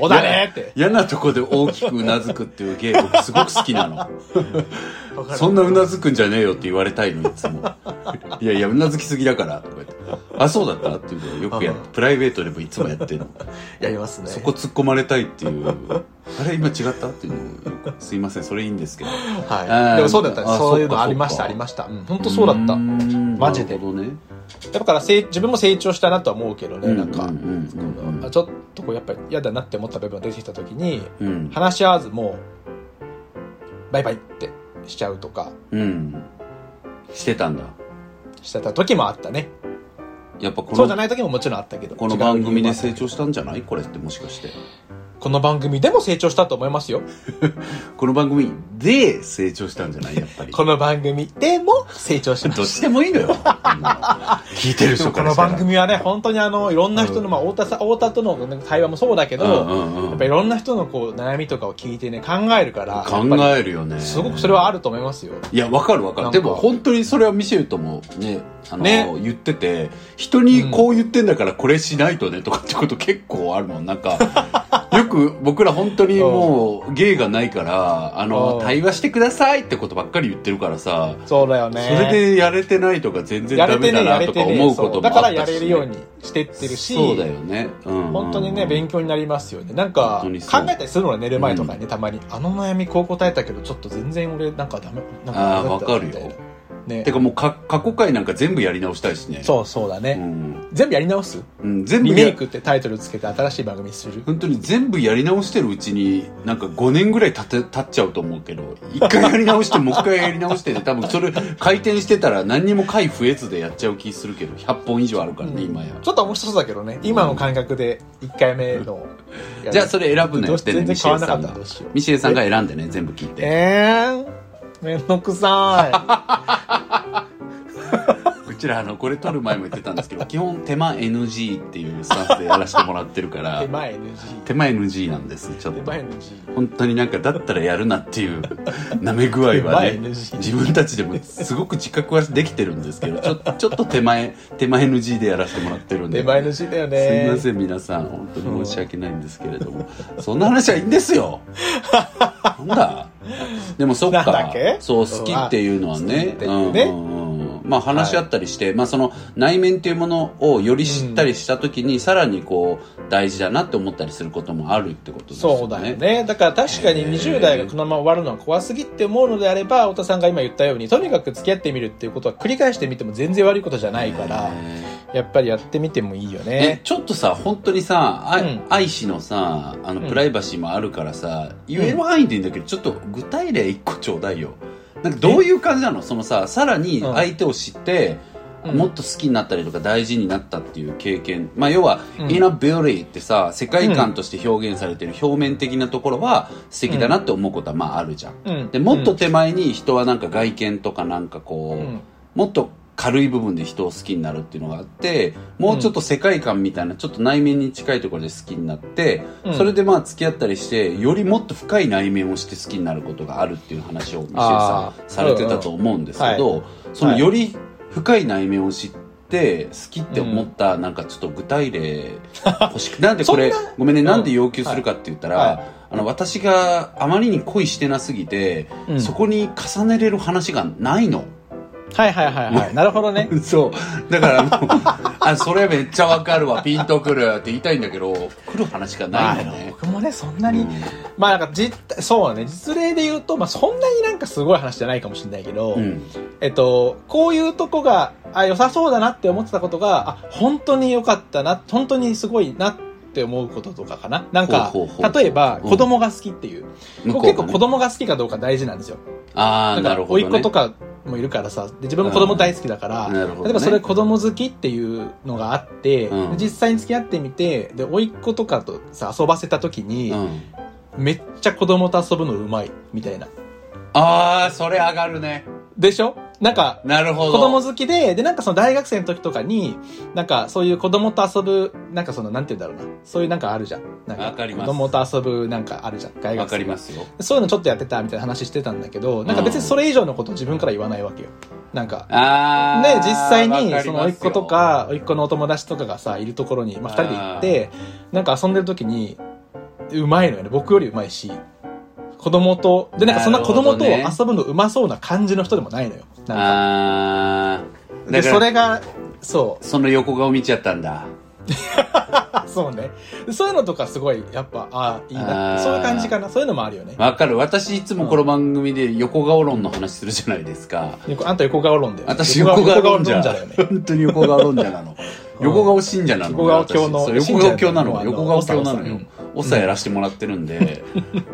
Speaker 2: おだね!」って
Speaker 3: 嫌なとこで大きくうなずくっていう芸僕すごく好きなの
Speaker 2: わかる
Speaker 3: そんなうなずくんじゃねえよって言われたいのい
Speaker 2: (laughs)
Speaker 3: つもいやいやうなずきすぎだからとか言ってあそうだったっていうのをよくやっ
Speaker 2: あ
Speaker 3: プライベートでもいつもや
Speaker 2: (laughs)
Speaker 3: ってるの
Speaker 2: やりますね
Speaker 3: そこ突っ込まれたいっていうあれ今違ったっていうのをよくすいませんそれいいんですけど
Speaker 2: は
Speaker 3: あ
Speaker 2: い
Speaker 3: ー
Speaker 2: でもそうだった
Speaker 3: あ
Speaker 2: そういう
Speaker 3: そっ
Speaker 2: の
Speaker 3: か
Speaker 2: ありまし
Speaker 3: そっか
Speaker 2: たありました、うん、本当そうだった
Speaker 3: うーん
Speaker 2: マジで
Speaker 3: なるほどね
Speaker 2: だからせい自分も成長したなとは思うけどね、なんか、
Speaker 3: うんうんうんうん
Speaker 2: あちょっとこうやっぱり嫌だなって思った部分が出てきた時に
Speaker 3: うん
Speaker 2: 話し合わずもうバイバイってしちゃうとか
Speaker 3: うんしてたんだ
Speaker 2: してた時もあったね
Speaker 3: やっぱこ
Speaker 2: そうじゃ
Speaker 3: の
Speaker 2: ない時ももちろんあったけど
Speaker 3: この番組で成長したんじゃないこれってもしかして
Speaker 2: この番組でも成長したと思いますよ
Speaker 3: この番組で成長したんじゃないやっぱり
Speaker 2: この番組でも成長しま
Speaker 3: どっ
Speaker 2: し
Speaker 3: ちでもいいのよ聞いてる
Speaker 2: た
Speaker 3: 人
Speaker 2: こ
Speaker 3: から
Speaker 2: の
Speaker 3: したら
Speaker 2: 番組はね本当にあのいろんな人の、まあ、太田さん太田とのね対話もそうだけど、
Speaker 3: うんうん
Speaker 2: や
Speaker 3: う
Speaker 2: っ
Speaker 3: ん
Speaker 2: ぱいろんな人のこう悩みとかを聞いてね考えるから
Speaker 3: 考
Speaker 2: やっぱ
Speaker 3: えるよね
Speaker 2: りすごくそれはあると思いますよ
Speaker 3: いやわかるわか
Speaker 2: な
Speaker 3: る
Speaker 2: ん
Speaker 3: で
Speaker 2: か
Speaker 3: も本当にそれはミシェルともねあの
Speaker 2: ね
Speaker 3: 言ってて人にこう言ってんだからこれしないとねとかってこと結構あるもんなんか
Speaker 2: (laughs)
Speaker 3: よく僕ら本当にもう芸がないからあ
Speaker 2: う
Speaker 3: の
Speaker 2: ん
Speaker 3: 対話してくださいってことばっかり言ってるからさ
Speaker 2: そうだよね
Speaker 3: それでやれてないとか全然
Speaker 2: や
Speaker 3: ダ
Speaker 2: れて
Speaker 3: メ
Speaker 2: ね
Speaker 3: だ
Speaker 2: や
Speaker 3: な
Speaker 2: れ
Speaker 3: とか
Speaker 2: て
Speaker 3: 思
Speaker 2: ね
Speaker 3: うこ
Speaker 2: そう
Speaker 3: とも
Speaker 2: だか
Speaker 3: あ
Speaker 2: ら
Speaker 3: った
Speaker 2: や
Speaker 3: しね
Speaker 2: れるようにしてってるし
Speaker 3: そうだよね、うん、
Speaker 2: 本当にね勉強になりますよねな
Speaker 3: 本
Speaker 2: んか
Speaker 3: 当に
Speaker 2: 考
Speaker 3: そう
Speaker 2: えたりするのね寝る前とかにね、たまにあの悩みこう答えたけどちょっと全然俺なんかダメなん
Speaker 3: あー
Speaker 2: かダメだったな
Speaker 3: わかるよ
Speaker 2: みたいなね
Speaker 3: てかもうか過去回なんか全部やり直したいしね
Speaker 2: そうそうだね、
Speaker 3: うん、
Speaker 2: 全部やり直す
Speaker 3: うん、全部
Speaker 2: リ
Speaker 3: や
Speaker 2: メイクってタイトルつけて新しい番組にする
Speaker 3: 本当に全部やり直してるうちになんか5年ぐらい経って経っちゃうと思うけど一回やり直してもう一回やり直してで多分それ回転してたら何にも回増えずでやっちゃう気するけど100本以上あるからね、今や
Speaker 2: ちょっと面白そうだけどね今の感覚で1回目のやる
Speaker 3: じゃあそれ選ぶね
Speaker 2: どう
Speaker 3: っ
Speaker 2: して
Speaker 3: てね
Speaker 2: 全
Speaker 3: ミ
Speaker 2: 然
Speaker 3: シ
Speaker 2: 変
Speaker 3: ェ
Speaker 2: わ
Speaker 3: ル
Speaker 2: ら
Speaker 3: さん
Speaker 2: なかったら
Speaker 3: が
Speaker 2: どうしよう
Speaker 3: ミシェルさんが選んでね全部聞いて、
Speaker 2: えー、めんどくさ
Speaker 3: うちらあのこれ撮る前も言ってたんですけど基本手間 NG っていうスタンスでやらせてもらってるか
Speaker 2: い
Speaker 3: ら
Speaker 2: (laughs) 手前 NG
Speaker 3: 手間 NG なんですちょっ
Speaker 2: 手
Speaker 3: と
Speaker 2: 前 NG
Speaker 3: 本当になんかだったらやるなっていう (laughs) 舐め具合
Speaker 2: 手
Speaker 3: は
Speaker 2: 前
Speaker 3: ね
Speaker 2: NG
Speaker 3: 自分たちでもすごく自覚はできてるんですけどちょちょっと手前手前 NG でやらせてもらってるんで
Speaker 2: 手前 NG だよね
Speaker 3: すいません皆さん本当に申し訳ないんですけれども、そんな話はいいんです
Speaker 2: (laughs)
Speaker 3: よなんだでもそっ
Speaker 2: なんだ
Speaker 3: か
Speaker 2: っけ
Speaker 3: そう好きっていうのは
Speaker 2: 好き
Speaker 3: ね
Speaker 2: って
Speaker 3: う
Speaker 2: いうんね
Speaker 3: うんうんまあ話し合ったりして、まあその内面っていうものをより知ったりした時に、さらにこう大事だなって思ったりすることもあるってことですよね
Speaker 2: そうだよねだから確かに20代がこのまま終わるのは怖すぎって思うのであれば太田さんが今言ったようにとにかく付き合ってみるっていうことは繰り返してみても全然悪いことじゃないからやっぱりやってみてもいいよ
Speaker 3: え
Speaker 2: ね
Speaker 3: ちょっとさ本当にさ、あ
Speaker 2: うん
Speaker 3: 愛しのさあの
Speaker 2: うん
Speaker 3: プライバシーもあるからさ、言える範囲でいいんだけどちょっと具体例一個ちょうだいよなんかどういう感じなのそのささらに
Speaker 2: うん
Speaker 3: 相手を知って、
Speaker 2: うん
Speaker 3: もっと好きになったりとか大事になったっていう経験まあ要は、
Speaker 2: うん
Speaker 3: inner beauty ってさ世界観として表現されてる表面的なところは素敵だなって思うことはまああるじゃん、
Speaker 2: うん
Speaker 3: でもっと手前に人はなんか外見とかなんかこう、
Speaker 2: うん
Speaker 3: もっと軽い部分で人を好きになるっていうのがあってもうちょっと世界観みたいなちょっと内面に近いところで好きになって、
Speaker 2: うん
Speaker 3: それでまあ付き合ったりしてよりもっと深い内面をして好きになることがあるっていう話をミシェルさ
Speaker 2: あー
Speaker 3: んされてたと思うんですけど、そのより深い内面を知って好きって思ったなんかちょっと具体例欲しく
Speaker 2: (laughs)
Speaker 3: なんでこれ
Speaker 2: そん
Speaker 3: ごめんね
Speaker 2: うん
Speaker 3: なんで要求するかって言ったら、
Speaker 2: はいは
Speaker 3: あの私があまりに恋してなすぎて、
Speaker 2: うん
Speaker 3: そこに重ねれる話がないの。
Speaker 2: はいはいはいはい。なるほどね。
Speaker 3: そう。だからあの、あ、それめっちゃわかるわ、ピンとくるって言いたいんだけど、来る話が
Speaker 2: まあ
Speaker 3: ないよね。
Speaker 2: 僕もね、そんな
Speaker 3: う
Speaker 2: に、
Speaker 3: ん
Speaker 2: まあなんか実、そうね、実例で言うと、まあそんなになんかすごい話じゃないかもしれないけど、
Speaker 3: うん。
Speaker 2: えっと、こういうとこが、あ、良さそうだなって思ってたことが、あ、本当に良かったな、本当にすごいなって思うこととかかな。なんか
Speaker 3: ほうほうほ、う
Speaker 2: 例えば、
Speaker 3: うん
Speaker 2: 子供が好きっていう。
Speaker 3: 向こう
Speaker 2: 僕結
Speaker 3: が
Speaker 2: 構
Speaker 3: ね
Speaker 2: 子供が好きかどうか大事なんですよ。
Speaker 3: ああ、なるほ
Speaker 2: 甥
Speaker 3: ど、
Speaker 2: っ
Speaker 3: ね。
Speaker 2: 子とかもいるからさ、で自分も子供大好きだから、
Speaker 3: なるほどね
Speaker 2: 例えばそれ子供好きっていうのがあって、
Speaker 3: うん
Speaker 2: で実際に付き合ってみて、で、甥っ子とかとさ、遊ばせた時に、
Speaker 3: うん。
Speaker 2: めっちゃ子供と遊ぶのうまい、みたいな。
Speaker 3: ああ、それ上がるね。
Speaker 2: でしょなんか、
Speaker 3: なるほ
Speaker 2: 子
Speaker 3: ど。
Speaker 2: 供好きで、で、なんかその大学生の時とかに、なんかそういう子供と遊ぶ、なんかその、なんて言うんだろうな。そういうなんかあるじゃん。なん
Speaker 3: わかりま
Speaker 2: 子
Speaker 3: す
Speaker 2: 供と遊ぶなんかあるじゃん。大学生。
Speaker 3: わかりますよ。
Speaker 2: そういうのちょっとやってたみたいな話してたんだけど、なんか別にそれ以上のことを自分から言わないわけよ。なんか、
Speaker 3: ああ。
Speaker 2: ね、実際に
Speaker 3: わかります
Speaker 2: そ
Speaker 3: よ
Speaker 2: の甥っ子と。か甥っ子のお友達とかがさいるところに、まあ、2人で行ってなんか遊んでる時にうまいのよね僕よりうまいし子供とでなんかそんな子供と
Speaker 3: なるほ
Speaker 2: 遊ぶのうまそうな感じの人でもないのよなんか
Speaker 3: ああ。
Speaker 2: で
Speaker 3: だから
Speaker 2: それがそう
Speaker 3: その横顔見ちゃったんだ。
Speaker 2: あそうねでそういうのとかすごいやっぱああいいなっ
Speaker 3: あー
Speaker 2: てそういう感じかなそういうのもあるよね
Speaker 3: わかる。私いつもこの番組で横顔論の話するじゃないですか。
Speaker 2: よくあんた横顔論だよね
Speaker 3: 私横顔論者。
Speaker 2: だよね
Speaker 3: 本当に横顔論者なの。
Speaker 2: うん
Speaker 3: 横顔信者なの。
Speaker 2: 横顔教の
Speaker 3: 私そう横顔教なの。
Speaker 2: 信者じゃない
Speaker 3: 横顔教なの
Speaker 2: あのお
Speaker 3: よ
Speaker 2: さ。
Speaker 3: おさやらしてもらってるん
Speaker 2: (laughs)
Speaker 3: で、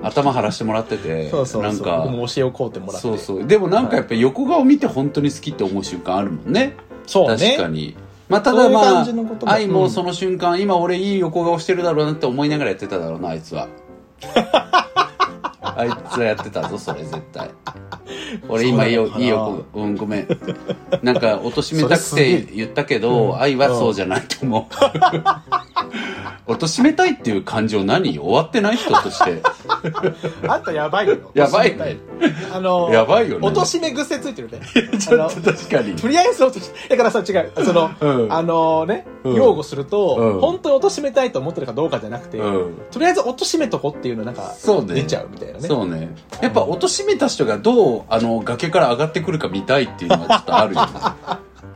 Speaker 3: 頭張らしてもらってて、
Speaker 2: そうそうそう
Speaker 3: なん
Speaker 2: 僕
Speaker 3: か、
Speaker 2: も教えをこうってもらって
Speaker 3: そうそう。でもなんかやっぱ横顔見て本当に好きって思う瞬間あるもんね。
Speaker 2: そう
Speaker 3: 確
Speaker 2: ね
Speaker 3: かに。まあ、ただ
Speaker 2: そういう
Speaker 3: ま
Speaker 2: 感
Speaker 3: あ
Speaker 2: じのこと、も
Speaker 3: 愛
Speaker 2: う
Speaker 3: も
Speaker 2: ん
Speaker 3: その瞬間、今俺いい横顔してるだろうなって思いながらやってただろうな、あい
Speaker 2: (laughs)
Speaker 3: つは。あいつはやってたぞ、それ絶
Speaker 2: (laughs)
Speaker 3: 対。俺今いいよ
Speaker 2: そうなのかない
Speaker 3: い横顔、うん、ごめん。なんか、貶としめたく
Speaker 2: それ
Speaker 3: て
Speaker 2: す
Speaker 3: 言ったけど、愛はそうじゃないと思う。貶としめたいっていう感情何終わってない人と
Speaker 2: (laughs)
Speaker 3: して。
Speaker 2: あんたやばいよ
Speaker 3: やばいね。
Speaker 2: あの
Speaker 3: やばいよね。
Speaker 2: 落とし目癖ついてるね。
Speaker 3: ちょっと確かに。
Speaker 2: とりあえず落とし、だからさ、違う。その、
Speaker 3: うん
Speaker 2: あのね、
Speaker 3: うん
Speaker 2: 擁護すると、
Speaker 3: うん
Speaker 2: 本当に落としめたいと思ってるかどうかじゃなくて、
Speaker 3: うん。
Speaker 2: とりあえず落としめとこっていうのなんか、
Speaker 3: そうね
Speaker 2: 出ちゃうみたいなね。
Speaker 3: そうね。やっぱ、貶としめた人がどう、あの、崖から上がってくるか見たいっていうのはちょっとあるよね。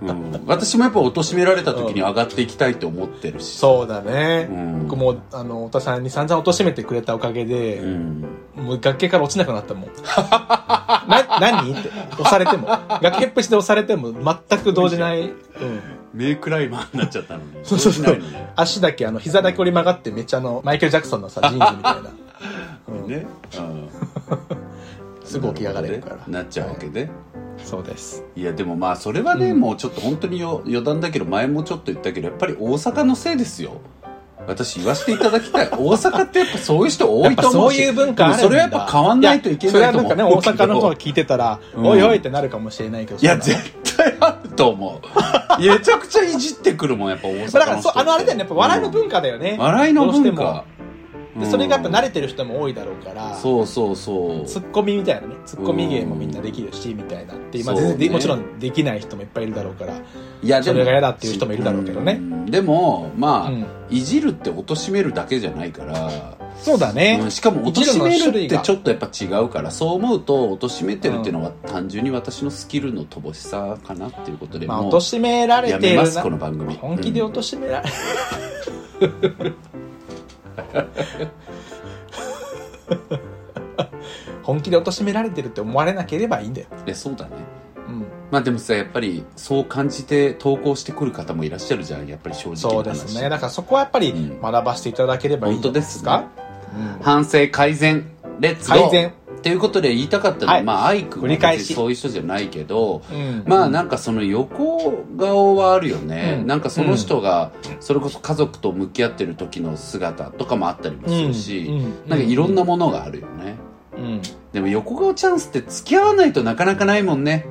Speaker 3: うん、私もやっぱ貶としめられた時に上がっていきたいと思ってるし。
Speaker 2: そうだね。
Speaker 3: うん
Speaker 2: 僕も、あの、太田さんに散々落としめてくれたおかげで、
Speaker 3: うん。
Speaker 2: もう崖から落ちなくなったもん。 (laughs) な、何って。押されても。崖っぷちで押されても、全く動じない。うん。
Speaker 3: 名クライマーになっちゃったのに。
Speaker 2: (laughs) そうそうそ
Speaker 3: どし
Speaker 2: う
Speaker 3: ないのね。
Speaker 2: 足だけ、あの、膝だけ折り曲がって、めっちゃあの、マイケル・ジャクソンのさ、ジーンズみたいな。 (laughs) うん
Speaker 3: ね。うん。
Speaker 2: (laughs) すぐ起き上がれるから。
Speaker 3: なっちゃうわけで、
Speaker 2: そうです。
Speaker 3: いやでもまあそれはね、もうちょっと本当によ余談だけど前もちょっと言ったけどやっぱり大阪のせいですよ私言わせていただきた
Speaker 2: (laughs)
Speaker 3: い大阪ってやっぱそういう人多いと思うし
Speaker 2: やっぱそういう文化あるんだ
Speaker 3: でもそれはやっぱ変わんないといけ
Speaker 2: やそれ
Speaker 3: ない
Speaker 2: は
Speaker 3: と
Speaker 2: なん
Speaker 3: 思う
Speaker 2: かね、大阪の人が聞いてたら、
Speaker 3: うん
Speaker 2: おいおいってなるかもしれないけど。
Speaker 3: いや
Speaker 2: そうなの
Speaker 3: 絶対あると思
Speaker 2: (laughs)
Speaker 3: うめちゃくちゃいじってくるもんやっぱ大阪の人
Speaker 2: まあだから、そう、あの、あれだよね、やっぱ笑いの
Speaker 3: 化、
Speaker 2: 文化だよね。
Speaker 3: うん笑いの
Speaker 2: どうして
Speaker 3: 文
Speaker 2: も
Speaker 3: 化。
Speaker 2: でそれがやっぱ慣
Speaker 3: れ
Speaker 2: れてる人も多いだろうから、
Speaker 3: そうそうそう
Speaker 2: ツッコミみたいなね、ツッコミ芸もみんなできるし、みたいなっていう、まあ、
Speaker 3: そうね
Speaker 2: 全然もちろんできない人もいっぱいいるだろうから、
Speaker 3: いや
Speaker 2: それが嫌だっていう人もいるだろうけどね
Speaker 3: んでもまあ、
Speaker 2: うん
Speaker 3: いじるって貶としめるだけじゃないから
Speaker 2: そうだね
Speaker 3: うん、しかも貶としめるってちょ
Speaker 2: っ
Speaker 3: っとやっぱ違うからそう思うと貶としめてるっていうのは単純に私のスキルの乏しさかなっていうことで
Speaker 2: まあ、
Speaker 3: も
Speaker 2: 貶としめら
Speaker 3: う
Speaker 2: れ
Speaker 3: や
Speaker 2: て
Speaker 3: め
Speaker 2: る
Speaker 3: ます
Speaker 2: な
Speaker 3: こ。の番組
Speaker 2: 本気で貶としめられ、本気で貶としめられてるって思われなければいいんだよ。
Speaker 3: うんえそうだね
Speaker 2: うん。
Speaker 3: まあでもさやっぱりそう感じて投稿してくる方もいらっしゃるじゃんやっぱり正直な
Speaker 2: そう
Speaker 3: 話
Speaker 2: ですね。だからそこはやっぱり
Speaker 3: うん
Speaker 2: 学ばせていただければいいんじゃないですか
Speaker 3: 本。反省改善レッツゴー
Speaker 2: 改善
Speaker 3: っていうことで言いたかったのは、
Speaker 2: はい
Speaker 3: まあアイク
Speaker 2: 繰り返し
Speaker 3: そういう人じゃないけど、
Speaker 2: うん
Speaker 3: まあなんかその横顔はあるよね、
Speaker 2: うん
Speaker 3: なんかその人がそれこそ家族と向き合ってる時の姿とかもあったりもするし、
Speaker 2: うんうん
Speaker 3: なんかいろんなものがあるよね、
Speaker 2: うん。うん。
Speaker 3: でも横顔チャンスって付き合わないとなかなかないもんね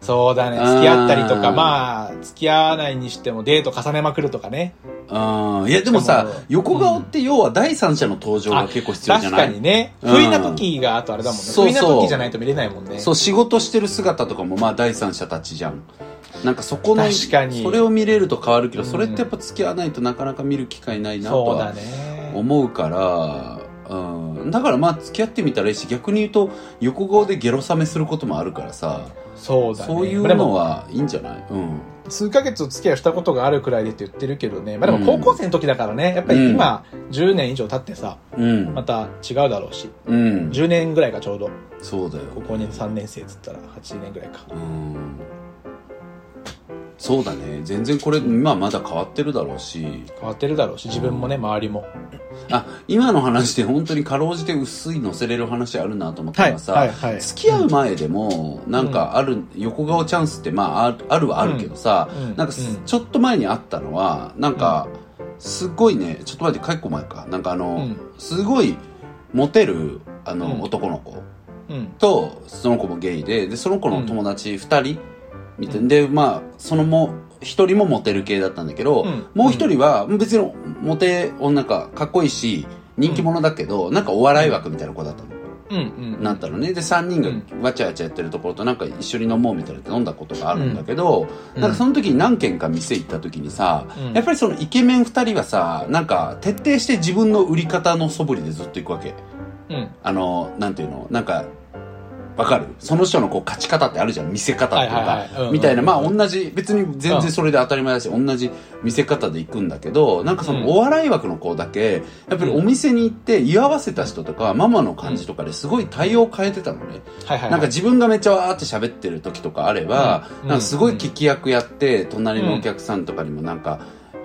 Speaker 2: そうだね。
Speaker 3: うん
Speaker 2: 付き合ったりとか、まあ、付き合わないにしてもデート重ねまくるとかね。
Speaker 3: うんいやでもさ
Speaker 2: しかも
Speaker 3: 横顔って要は第三者の登場が結構必要じゃ
Speaker 2: 確
Speaker 3: な
Speaker 2: か
Speaker 3: い、
Speaker 2: にね。
Speaker 3: うん
Speaker 2: 不意な時があとあれだもんね。
Speaker 3: そうそう
Speaker 2: 不意な時じゃないと見れないもんね。
Speaker 3: そう仕事してる姿とかもまあ第三者たちじゃんなんかそこの
Speaker 2: 確かに
Speaker 3: それを見れると変わるけど、
Speaker 2: うん
Speaker 3: それってやっぱ付き合わないとなかなか見る機会ないなと
Speaker 2: そうだ
Speaker 3: は
Speaker 2: ね。
Speaker 3: 思うからうんだからまあ付き合ってみたらいいし逆に言うと横顔でゲロ冷めすることもあるからさ
Speaker 2: そうだね。
Speaker 3: そういう
Speaker 2: まあでも
Speaker 3: のはいいんじゃないうん。
Speaker 2: 数ヶ月お付き合いしたことがあるくらいでって言ってるけどね。まあでも高校生の時だからね、やっぱり今、10年以上経ってさ、
Speaker 3: うん
Speaker 2: ま。た違うだろうし、
Speaker 3: うん。
Speaker 2: 10年ぐらいがちょうど、
Speaker 3: そうだよ。
Speaker 2: 高校に3年生っつったら8年ぐらいか。
Speaker 3: うん。そうだね。全然これ、今まだ変わってるだろうし。
Speaker 2: 変わってるだろうし、自分もね、周りも。
Speaker 3: あ、今の話で本当にかろうじて薄い乗せれる話あるなと思ったのがさ、
Speaker 2: はいはいはい
Speaker 3: 付き合う前でも、なんかある、横顔チャンスって、まあ、あるあるはあるけどさ、
Speaker 2: うんうん
Speaker 3: なんか
Speaker 2: う
Speaker 3: す
Speaker 2: ん
Speaker 3: ちょっと前にあったのは、なんか、すごいね、ちょっと待って、結構前か。なんかあの、
Speaker 2: うん
Speaker 3: すごい、モテる、あの、
Speaker 2: うん
Speaker 3: 男の子
Speaker 2: うん。
Speaker 3: と、その子もゲイで、で、その子の友達二人、みたいなで、まあ、そのも、一人もモテる系だったんだけど、
Speaker 2: うん
Speaker 3: もう一人は、別にモテ女か、かっこいいし、人気者だけど、なんかお笑い枠みたいな子だったの。
Speaker 2: うんうん。
Speaker 3: なったのね。で、3人
Speaker 2: うん
Speaker 3: がわちゃわちゃやってるところと、なんか一緒に飲もうみたいなって飲んだことがあるんだけど、
Speaker 2: うん
Speaker 3: なんかその時に何軒か店行った時にさ、
Speaker 2: うん
Speaker 3: やっぱりそのイケメン2人はさ、なんか徹底して自分の売り方の素振りでずっと行くわけ。
Speaker 2: うん。
Speaker 3: あの、なんていうのなんか、わかるその人のこう勝ち方ってあるじゃん見せ方っていう
Speaker 2: はいはいはいうんうん
Speaker 3: かみたいなまあ同じ別に全然それで当たり前だし同じ見せ方で行くんだけどなんかそ
Speaker 2: うん
Speaker 3: のお笑い枠の子だけやっぱりお店に行って居合わせた人とかママの感じとかですごい対応変えてたのね
Speaker 2: はいはい。
Speaker 3: なんか自分がめっちゃわーって喋ってる時とかあれば
Speaker 2: うん
Speaker 3: なんかすごい聞き役やって隣のお客さんとかにもなんか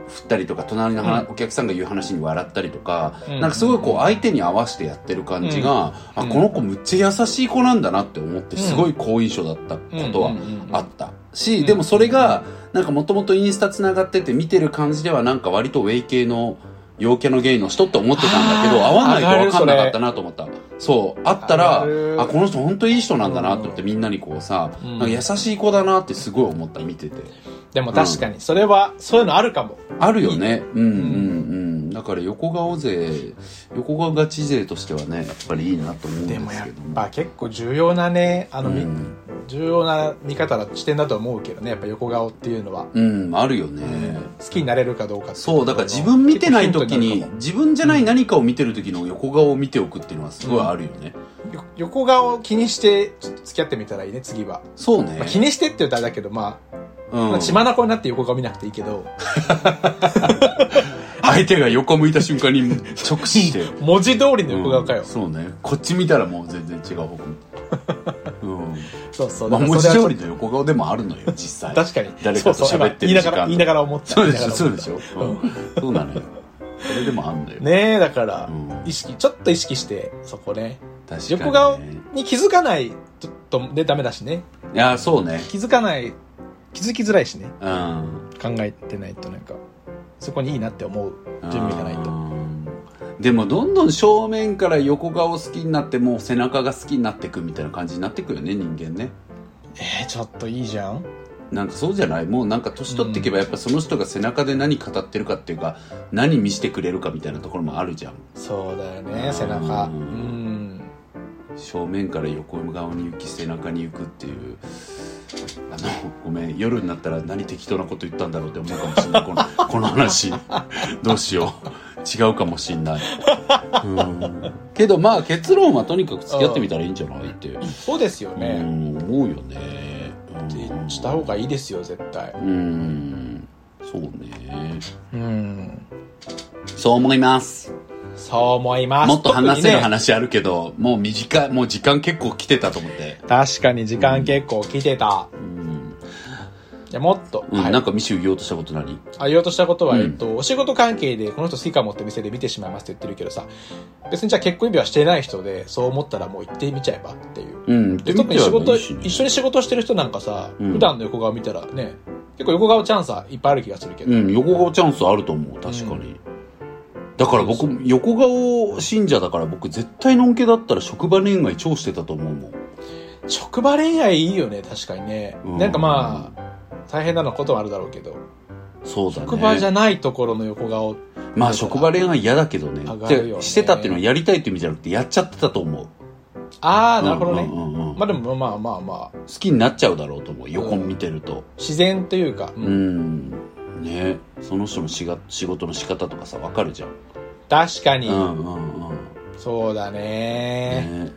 Speaker 3: 振ったりとか隣のはなお客さんが言う話に笑ったりとか
Speaker 2: うん
Speaker 3: なんかすごいこう相手に合わせてやってる感じが
Speaker 2: うん
Speaker 3: あ
Speaker 2: うん
Speaker 3: この子むっちゃ優しい子なんだなって思ってすごい好印象だったことは
Speaker 2: うんうんうん
Speaker 3: あったしでもそれがなんかもともとインスタつながってて見てる感じではなんか割とウェイ系の陽キャのゲイの人って思ってたんだけど
Speaker 2: あー
Speaker 3: 合わない
Speaker 2: 上が
Speaker 3: と
Speaker 2: る
Speaker 3: 分かんなかったなと思ったそうあった
Speaker 2: 上が
Speaker 3: ら
Speaker 2: る
Speaker 3: あこの人本当いい人なんだなって思って
Speaker 2: う
Speaker 3: みんなにこうさ、
Speaker 2: うん
Speaker 3: なんか優しい子だなってすごい思った見てて
Speaker 2: でも確かに、それは、そういうのあるかも。
Speaker 3: あるよねうんうんうんだから横顔勢横顔ガチ勢としてはねやっぱりいいなと思うんで
Speaker 2: でも
Speaker 3: す
Speaker 2: やっ
Speaker 3: けども
Speaker 2: ぱ結構重要なね、あの、
Speaker 3: う
Speaker 2: み
Speaker 3: ん、
Speaker 2: 重要な見方だ、視点だと思うけどね、やっぱ横顔っていうのは。
Speaker 3: うん、あるよね
Speaker 2: 好きになれるかどうかってい
Speaker 3: そうだから自分見てない時に自分じゃない何かを見てる時の横顔を見ておくっていうのはすごいあるよね、
Speaker 2: よ横顔を気にしてちょっと付き合ってみたらいいね次は、
Speaker 3: そうね、
Speaker 2: まあ、気にしてって言うとあれだけどまあ、
Speaker 3: うん
Speaker 2: まあ血眼になって横顔見なくていいけど
Speaker 3: 相手が横向いた瞬間に直視して
Speaker 2: 文字通りの (laughs) 横顔かよ、
Speaker 3: うんそうねこっち見たらもう全然違う方
Speaker 2: (laughs)
Speaker 3: 向う
Speaker 2: そうそうん
Speaker 3: まあ
Speaker 2: だか
Speaker 3: 文
Speaker 2: ら
Speaker 3: 字
Speaker 2: それは
Speaker 3: 通りの横顔でもあるのよ実際
Speaker 2: 確かに
Speaker 3: 誰かと
Speaker 2: そうそう
Speaker 3: 喋ってる時間
Speaker 2: 今言いながら言いながら思った
Speaker 3: そうでし
Speaker 2: 言い
Speaker 3: ょ
Speaker 2: な
Speaker 3: そ
Speaker 2: がら
Speaker 3: う
Speaker 2: 思
Speaker 3: で
Speaker 2: った
Speaker 3: しょ、うん、そうなのよそれでもあんのよ、
Speaker 2: ねえだから、
Speaker 3: うん
Speaker 2: 意識ちょっと意識してそこね
Speaker 3: 確かにね
Speaker 2: 横顔に気づかないちょっとでダメだしね
Speaker 3: いやそうね
Speaker 2: 気づかない気づきづらいしね
Speaker 3: うん
Speaker 2: 考えてないとなんかそこにいいなって思う準備がないと
Speaker 3: うんでもどんどん正面から横顔好きになってもう背中が好きになってくみたいな感じになってくよね人間ね
Speaker 2: えー、ちょっといいじゃん
Speaker 3: なんかそうじゃないもうなんか年取っていけばやっぱその人が背中で何語ってるかっていうか何見せてくれるかみたいなところもあるじゃん
Speaker 2: そうだよね背中
Speaker 3: うん
Speaker 2: うん
Speaker 3: 正面から横顔に行き背中に行くっていうあのごめん夜になったら何適当なこと言ったんだろうって思うかもしれないこのこの話どうしよう違うかもしんない、うん、けどまあ結論はとにかく付き合ってみたらいいんじゃないって、
Speaker 2: そうですよ
Speaker 3: う
Speaker 2: ね。
Speaker 3: ん思うよね、うん、
Speaker 2: した方がいいですよ、絶対。
Speaker 3: うんそうね
Speaker 2: うん。
Speaker 3: そう思います
Speaker 2: そう思います。
Speaker 3: もっと話せる
Speaker 2: 特にね
Speaker 3: 話あるけど、もう短いもう時間結構来てたと思って、
Speaker 2: 確かに時間結構来てた。
Speaker 3: うん
Speaker 2: いや、もっと。
Speaker 3: うん
Speaker 2: はい
Speaker 3: なんかミシュ言おうとしたこと何
Speaker 2: あ、言おうとしたことは、
Speaker 3: うん
Speaker 2: えっと、お仕事関係でこの人好きかもって店で見てしまいますって言ってるけどさ、別にじゃあ結婚指輪してない人で、そう思ったらもう行ってみちゃえばっていう。
Speaker 3: うん、
Speaker 2: で特に仕事、一緒
Speaker 3: に。
Speaker 2: に仕事してる人なんかさ、
Speaker 3: うん
Speaker 2: 普段の横顔見たらね、結構横顔チャンスはいっぱいある気がするけど。
Speaker 3: うん、横顔チャンスあると思う、確かに。だから僕、横顔信者だから僕絶対のんけだったら職場恋愛超してたと思うもん。
Speaker 2: 職場恋愛いいよね、確かにね。
Speaker 3: うん
Speaker 2: なんかまあ、大変なのことはあるだろうけど。
Speaker 3: そうだね。
Speaker 2: 職場じゃないところの横顔
Speaker 3: まあ職場恋愛嫌だけどね。
Speaker 2: 上がるよね
Speaker 3: でしてたっていうのはやりたいって意味じゃなくてやっちゃってたと思う。
Speaker 2: ああなるほどね、
Speaker 3: うんうんうんうん
Speaker 2: まあでもまあまあまあ
Speaker 3: 好きになっちゃうだろうと思う、横見てると。
Speaker 2: 自然というか、
Speaker 3: うん。ねその人のしが仕事の仕方とかさ、わかるじゃん。
Speaker 2: 確かに、
Speaker 3: うんうんうん。
Speaker 2: そうだね
Speaker 3: ね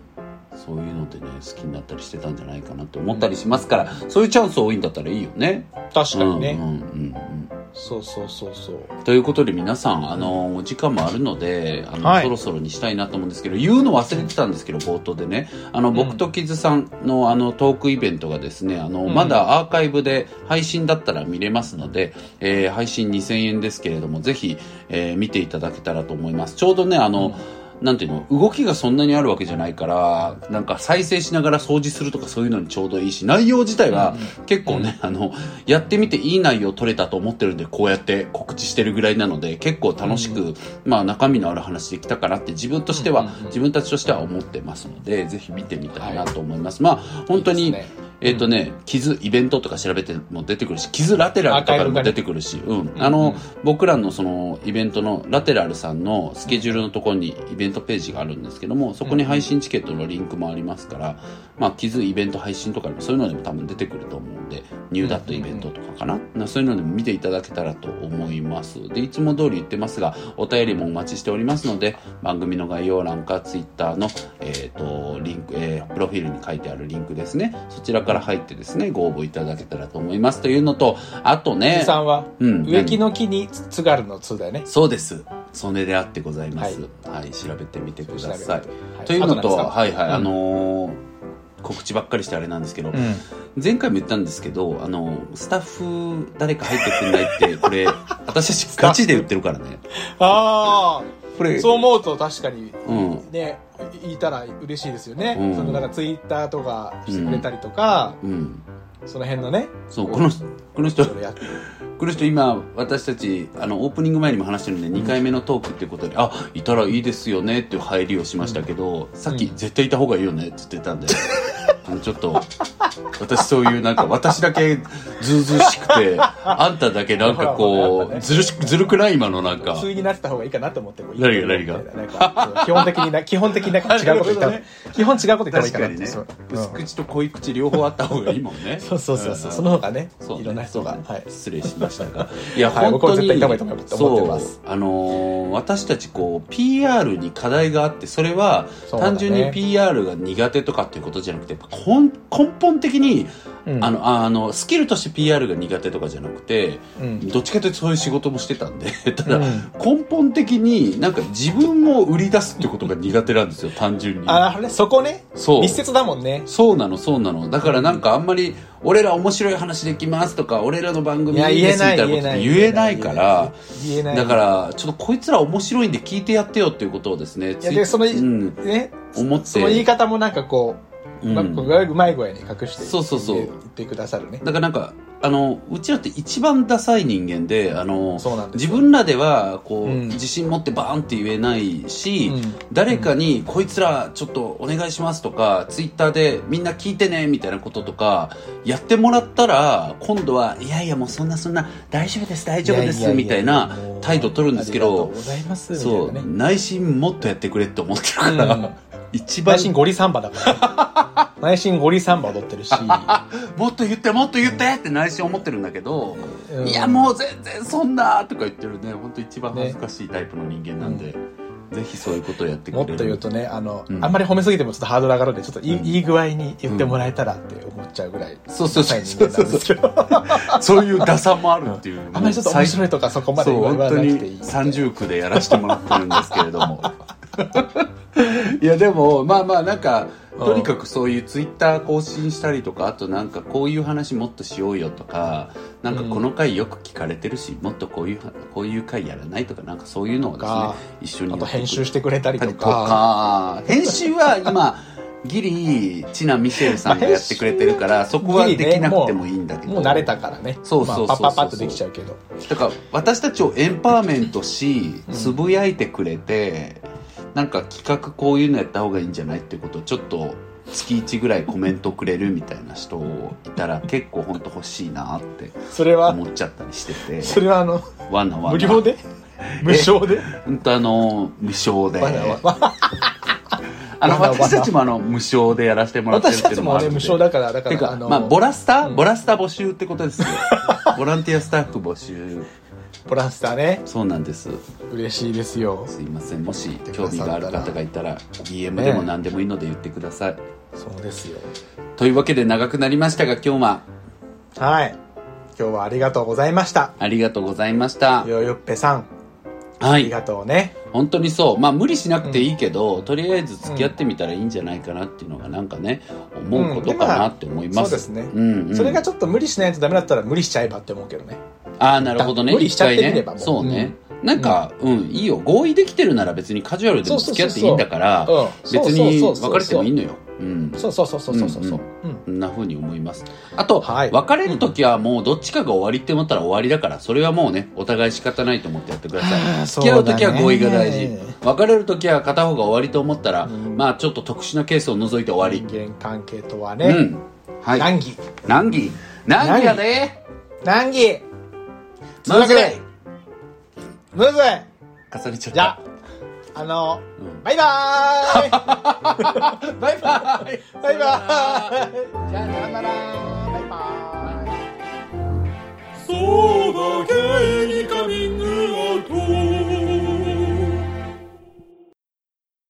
Speaker 3: そういうのでね好きになったりしてたんじゃないかなって思ったりしますから、そういうチャンス多いんだったらいいよね。
Speaker 2: 確かにね、
Speaker 3: うんうんうんうん
Speaker 2: そうそうそうそう
Speaker 3: ということで皆さん、あの、お時間もあるので、あの、
Speaker 2: はい
Speaker 3: そろそろにしたいなと思うんですけど、言うの忘れてたんですけど、冒頭でね、あの、僕とキズさんの、あの、トークイベントがですね、あの、
Speaker 2: ん
Speaker 3: まだアーカイブで配信だったら見れますので、えー配信2000円ですけれども、ぜひ、えー見ていただけたらと思います。ちょうどね、あの、なんていうの動きがそんなにあるわけじゃないからなんか再生しながら掃除するとかそういうのにちょうどいいし内容自体は結構ね、あのやってみていい内容取れたと思ってるんでこうやって告知してるぐらいなので結構楽しく、まあ、中身のある話できたかなって自分としては、
Speaker 2: うんうんうん
Speaker 3: 自分たちとしては思ってますのでぜひ見てみたいなと思います、まあ本当に
Speaker 2: いいですね
Speaker 3: えっ、とね、傷イベントとか調べても出てくるし、傷ラテラルとかでも出てくるし、うん。あの、
Speaker 2: うん
Speaker 3: 僕らのそのイベントのラテラルさんのスケジュールのところにイベントページがあるんですけども、そこに配信チケットのリンクもありますから、まあ、傷イベント配信とかでもそういうのでも多分出てくると思うんで、ニューダットイベントとかかな、なそういうのでも見ていただけたらと思います。で、いつも通り言ってますが、お便りもお待ちしておりますので、番組の概要欄かツイッターの、えっ、と、リンク、えープロフィールに書いてあるリンクですね。そちらから入ってですね、ご応募いただけたらと思います。というのと、あと
Speaker 2: 木津
Speaker 3: ね、
Speaker 2: さんは
Speaker 3: うん
Speaker 2: 植木の木につつがるのつだよね
Speaker 3: そうです。それであってございます。はい、調べてみてください。というのと、
Speaker 2: は
Speaker 3: はいはい、
Speaker 2: うん
Speaker 3: あのー告知ばっかりしてあれなんですけど、
Speaker 2: うん、
Speaker 3: 前回も言ったんですけど、あの、スタッフ誰か入ってくんないって、こ
Speaker 2: (laughs)
Speaker 3: れ、私たちガチで言ってるからね。
Speaker 2: あ
Speaker 3: これ、
Speaker 2: あそう思うと確かに
Speaker 3: うん。
Speaker 2: ね言いたら嬉しいですよね、
Speaker 3: うん
Speaker 2: そのなんかツイッターとかしてくれたりとか、
Speaker 3: うん。
Speaker 2: その辺のね
Speaker 3: そう、この、この人、
Speaker 2: それやって
Speaker 3: この人今、私たち、あの、オープニング前にも話してるんで、2回目のトークっていうことで、あ、いたらいいですよねっていう入りをしましたけど、さっき、
Speaker 2: うん
Speaker 3: 絶対いた方がいいよねって言ってたんで、 (laughs) あの、ちょっと、私そういうなんか、私だけずうずうしく
Speaker 2: (laughs)
Speaker 3: て、あんただけなんか
Speaker 2: ほらほらやっ
Speaker 3: こ
Speaker 2: ぱね
Speaker 3: う、ずるし、ずるくない今のなんか。
Speaker 2: 普通になってた方がいいかなと思ってもいい
Speaker 3: 何が何が
Speaker 2: なんかそう基本的にな基本的になんか違うこと言った方が、
Speaker 3: (laughs) なる
Speaker 2: 基本違うこと言った方がい
Speaker 3: 確
Speaker 2: い
Speaker 3: か
Speaker 2: かなっ
Speaker 3: に
Speaker 2: て
Speaker 3: ね
Speaker 2: そう、
Speaker 3: 薄口と濃い口両方あった方がいいもんね
Speaker 2: そうそうそうそう、
Speaker 3: ん
Speaker 2: その方がね
Speaker 3: そうね
Speaker 2: いろんな人が、はい
Speaker 3: 失礼しましたが (laughs) いや、
Speaker 2: はい
Speaker 3: 本
Speaker 2: 僕は
Speaker 3: 当
Speaker 2: 絶
Speaker 3: に
Speaker 2: 対行った方がいいと思ってます
Speaker 3: そうあのー私たちこう PR に課題があってそれは
Speaker 2: そうだね
Speaker 3: 単純に PR が苦手とかっていうことじゃなくてやっぱ根根本的に、
Speaker 2: うん
Speaker 3: あのああのスキルとして PR が苦手とかじゃなくて
Speaker 2: うん
Speaker 3: どっちかというとそういう仕事もしてたんで (laughs) ただ、
Speaker 2: うん
Speaker 3: 根本的になんか自分を売り出すってことが苦手なんですよ単純に。
Speaker 2: ああれそこね
Speaker 3: そう
Speaker 2: 密接だもんね
Speaker 3: そうなのそうなのだからなんかあんまり「俺ら面白い話できます」とか「俺らの番組
Speaker 2: いや
Speaker 3: いいで
Speaker 2: 言え
Speaker 3: す」み
Speaker 2: な
Speaker 3: た
Speaker 2: い
Speaker 3: いなこと言えないから
Speaker 2: 言えない
Speaker 3: だからちょっとこいつら面白いんで聞いてやってよっていうことをですね
Speaker 2: いやでその
Speaker 3: うん、
Speaker 2: ね
Speaker 3: 思って
Speaker 2: その言い方もなんかこう、
Speaker 3: うん
Speaker 2: うまくうまい具合に隠して
Speaker 3: そうそうそう
Speaker 2: 言ってくださるね
Speaker 3: だからなんかあのうちらって一番ダサい人間であの
Speaker 2: そうなんです
Speaker 3: 自
Speaker 2: よ
Speaker 3: 分らではこう、
Speaker 2: うん
Speaker 3: 自信持ってバーンって言えないし、
Speaker 2: うん
Speaker 3: 誰かに「こいつらちょっとお願いします」とか、ツイッターで「みんな聞いてね」みたいなこととかやってもらったら今度は「いやいやもうそんなそんな大丈夫です大丈夫です」
Speaker 2: ややや
Speaker 3: みたいな態度取るんですけ
Speaker 2: あり
Speaker 3: ど
Speaker 2: がとうございますみたい
Speaker 3: そう、
Speaker 2: なね
Speaker 3: 内心もっとやってくれって思ってるから、
Speaker 2: うん
Speaker 3: 一番
Speaker 2: 内心ゴリサンバだから内心ゴリサンバ踊ってるし、
Speaker 3: もっと言ってもっと言ってって内心思ってるんだけど、
Speaker 2: うん
Speaker 3: いやもう全然そんなとか言ってるね本当一番恥ずかしいタイプの人間なんで、ぜひそういうことをやってく
Speaker 2: も
Speaker 3: れ
Speaker 2: っ
Speaker 3: る
Speaker 2: と言うとねあの、
Speaker 3: うん
Speaker 2: あんまり褒めすぎてもちょっとハードル上がるんでちょっといい,、
Speaker 3: うん
Speaker 2: いい具合に言ってもらえたらって思っちゃうぐらい
Speaker 3: そうそうそ
Speaker 2: ダサ
Speaker 3: う
Speaker 2: い人
Speaker 3: そう
Speaker 2: 間
Speaker 3: そ
Speaker 2: なん
Speaker 3: う
Speaker 2: ですけど
Speaker 3: そういうダサもあるっていう、
Speaker 2: あんまりちょっと面白いとかそこまで言わ
Speaker 3: そう
Speaker 2: な
Speaker 3: 本当
Speaker 2: くていい
Speaker 3: に30区でやらせてもらってるんですけれども (laughs) いやでもまあまあなんかとにかくそういうツイッター更新したりとかあとなんかこういう話もっとしようよとかなんかこの回よく聞かれてるし、もっとこういうはこういう回やらないとかなんかそういうのをですね
Speaker 2: か
Speaker 3: 一緒に
Speaker 2: あ
Speaker 3: や
Speaker 2: と
Speaker 3: っていく
Speaker 2: 編集してくれたり
Speaker 3: た
Speaker 2: と
Speaker 3: りと
Speaker 2: か
Speaker 3: か編集は今ギリチナ・ミシェルさんがやってくれてる (laughs) からそこはできなくてもいいんだけど、
Speaker 2: もう慣れたからね
Speaker 3: そうそうそうそう
Speaker 2: まあパッパッパッとできちゃうけど
Speaker 3: だから私たちをエンパワーメントしつぶやいてくれて、なんか企画こういうのやった方がいいんじゃないってことをちょっと月1ぐらいコメントくれるみたいな人いたら結構ほんと欲しいなって
Speaker 2: それは
Speaker 3: 思っちゃったりしてて
Speaker 2: それはあの
Speaker 3: わなわ
Speaker 2: 無
Speaker 3: な
Speaker 2: 料で (laughs) 無償で
Speaker 3: ほんとあの無償で
Speaker 2: わなわな
Speaker 3: あの
Speaker 2: わなわな
Speaker 3: 私たちもあの無償でやらせてもらってるって
Speaker 2: 私た
Speaker 3: いう
Speaker 2: ち
Speaker 3: のも
Speaker 2: も
Speaker 3: ある
Speaker 2: ね
Speaker 3: んで
Speaker 2: 無償だからだか
Speaker 3: て
Speaker 2: ら
Speaker 3: か
Speaker 2: あの
Speaker 3: まあボラスター、
Speaker 2: うん
Speaker 3: ボラスター募集ってことですよボランティアスタッフ募集
Speaker 2: ポランスターね
Speaker 3: そうなんです
Speaker 2: 嬉しいですよ
Speaker 3: すいませんもし興味がある方がいたら DM でも何でもいいので言ってください、
Speaker 2: そうですよ
Speaker 3: というわけで長くなりましたが今日は
Speaker 2: はい今日はありがとうございました
Speaker 3: ありがとうございました
Speaker 2: よよっぺさん
Speaker 3: は
Speaker 2: あり
Speaker 3: い
Speaker 2: がとうね
Speaker 3: 本当にそうまあ無理しなくていいけど、とりあえず付き合ってみたらいいんじゃないかなっていうのがなんかね思うことかなって思います、
Speaker 2: うんでまあそうですね
Speaker 3: んうん
Speaker 2: それがちょっと無理しないとダメだったら無理しちゃえばって思うけどね
Speaker 3: ああなるほどね
Speaker 2: 無理しちゃって
Speaker 3: 一回ね
Speaker 2: みればもう
Speaker 3: そうね、なんかうん、いいよ合意できてるなら別にカジュアルでも付き合っていいんだから
Speaker 2: そう
Speaker 3: 別
Speaker 2: そうそううん
Speaker 3: に
Speaker 2: そうそうそうそう
Speaker 3: 別れてもいいのようん
Speaker 2: そうそうそうそうそうそうそううん
Speaker 3: そんな風に思いますあと、
Speaker 2: はい
Speaker 3: 別れる時はもうどっちかが終わりって思ったら終わりだからそれはもうねお互い仕方ないと思ってやってくださ
Speaker 2: あ
Speaker 3: い
Speaker 2: ー
Speaker 3: 付き合う時は
Speaker 2: そうだね
Speaker 3: 合意が大事、別れる時は片方が終わりと思ったら、
Speaker 2: うん
Speaker 3: まあちょっと特殊なケースを除いて終わり、
Speaker 2: 人間関係とは
Speaker 3: う
Speaker 2: ね
Speaker 3: んはい
Speaker 2: 難儀
Speaker 3: 難儀難儀やね
Speaker 2: 難儀
Speaker 3: むずい
Speaker 2: むずい
Speaker 3: 重ねちゃった
Speaker 2: じゃああの
Speaker 3: うん
Speaker 2: バイバーイ
Speaker 3: (laughs) バイバイ
Speaker 2: バイバーイ
Speaker 3: じゃあさよなら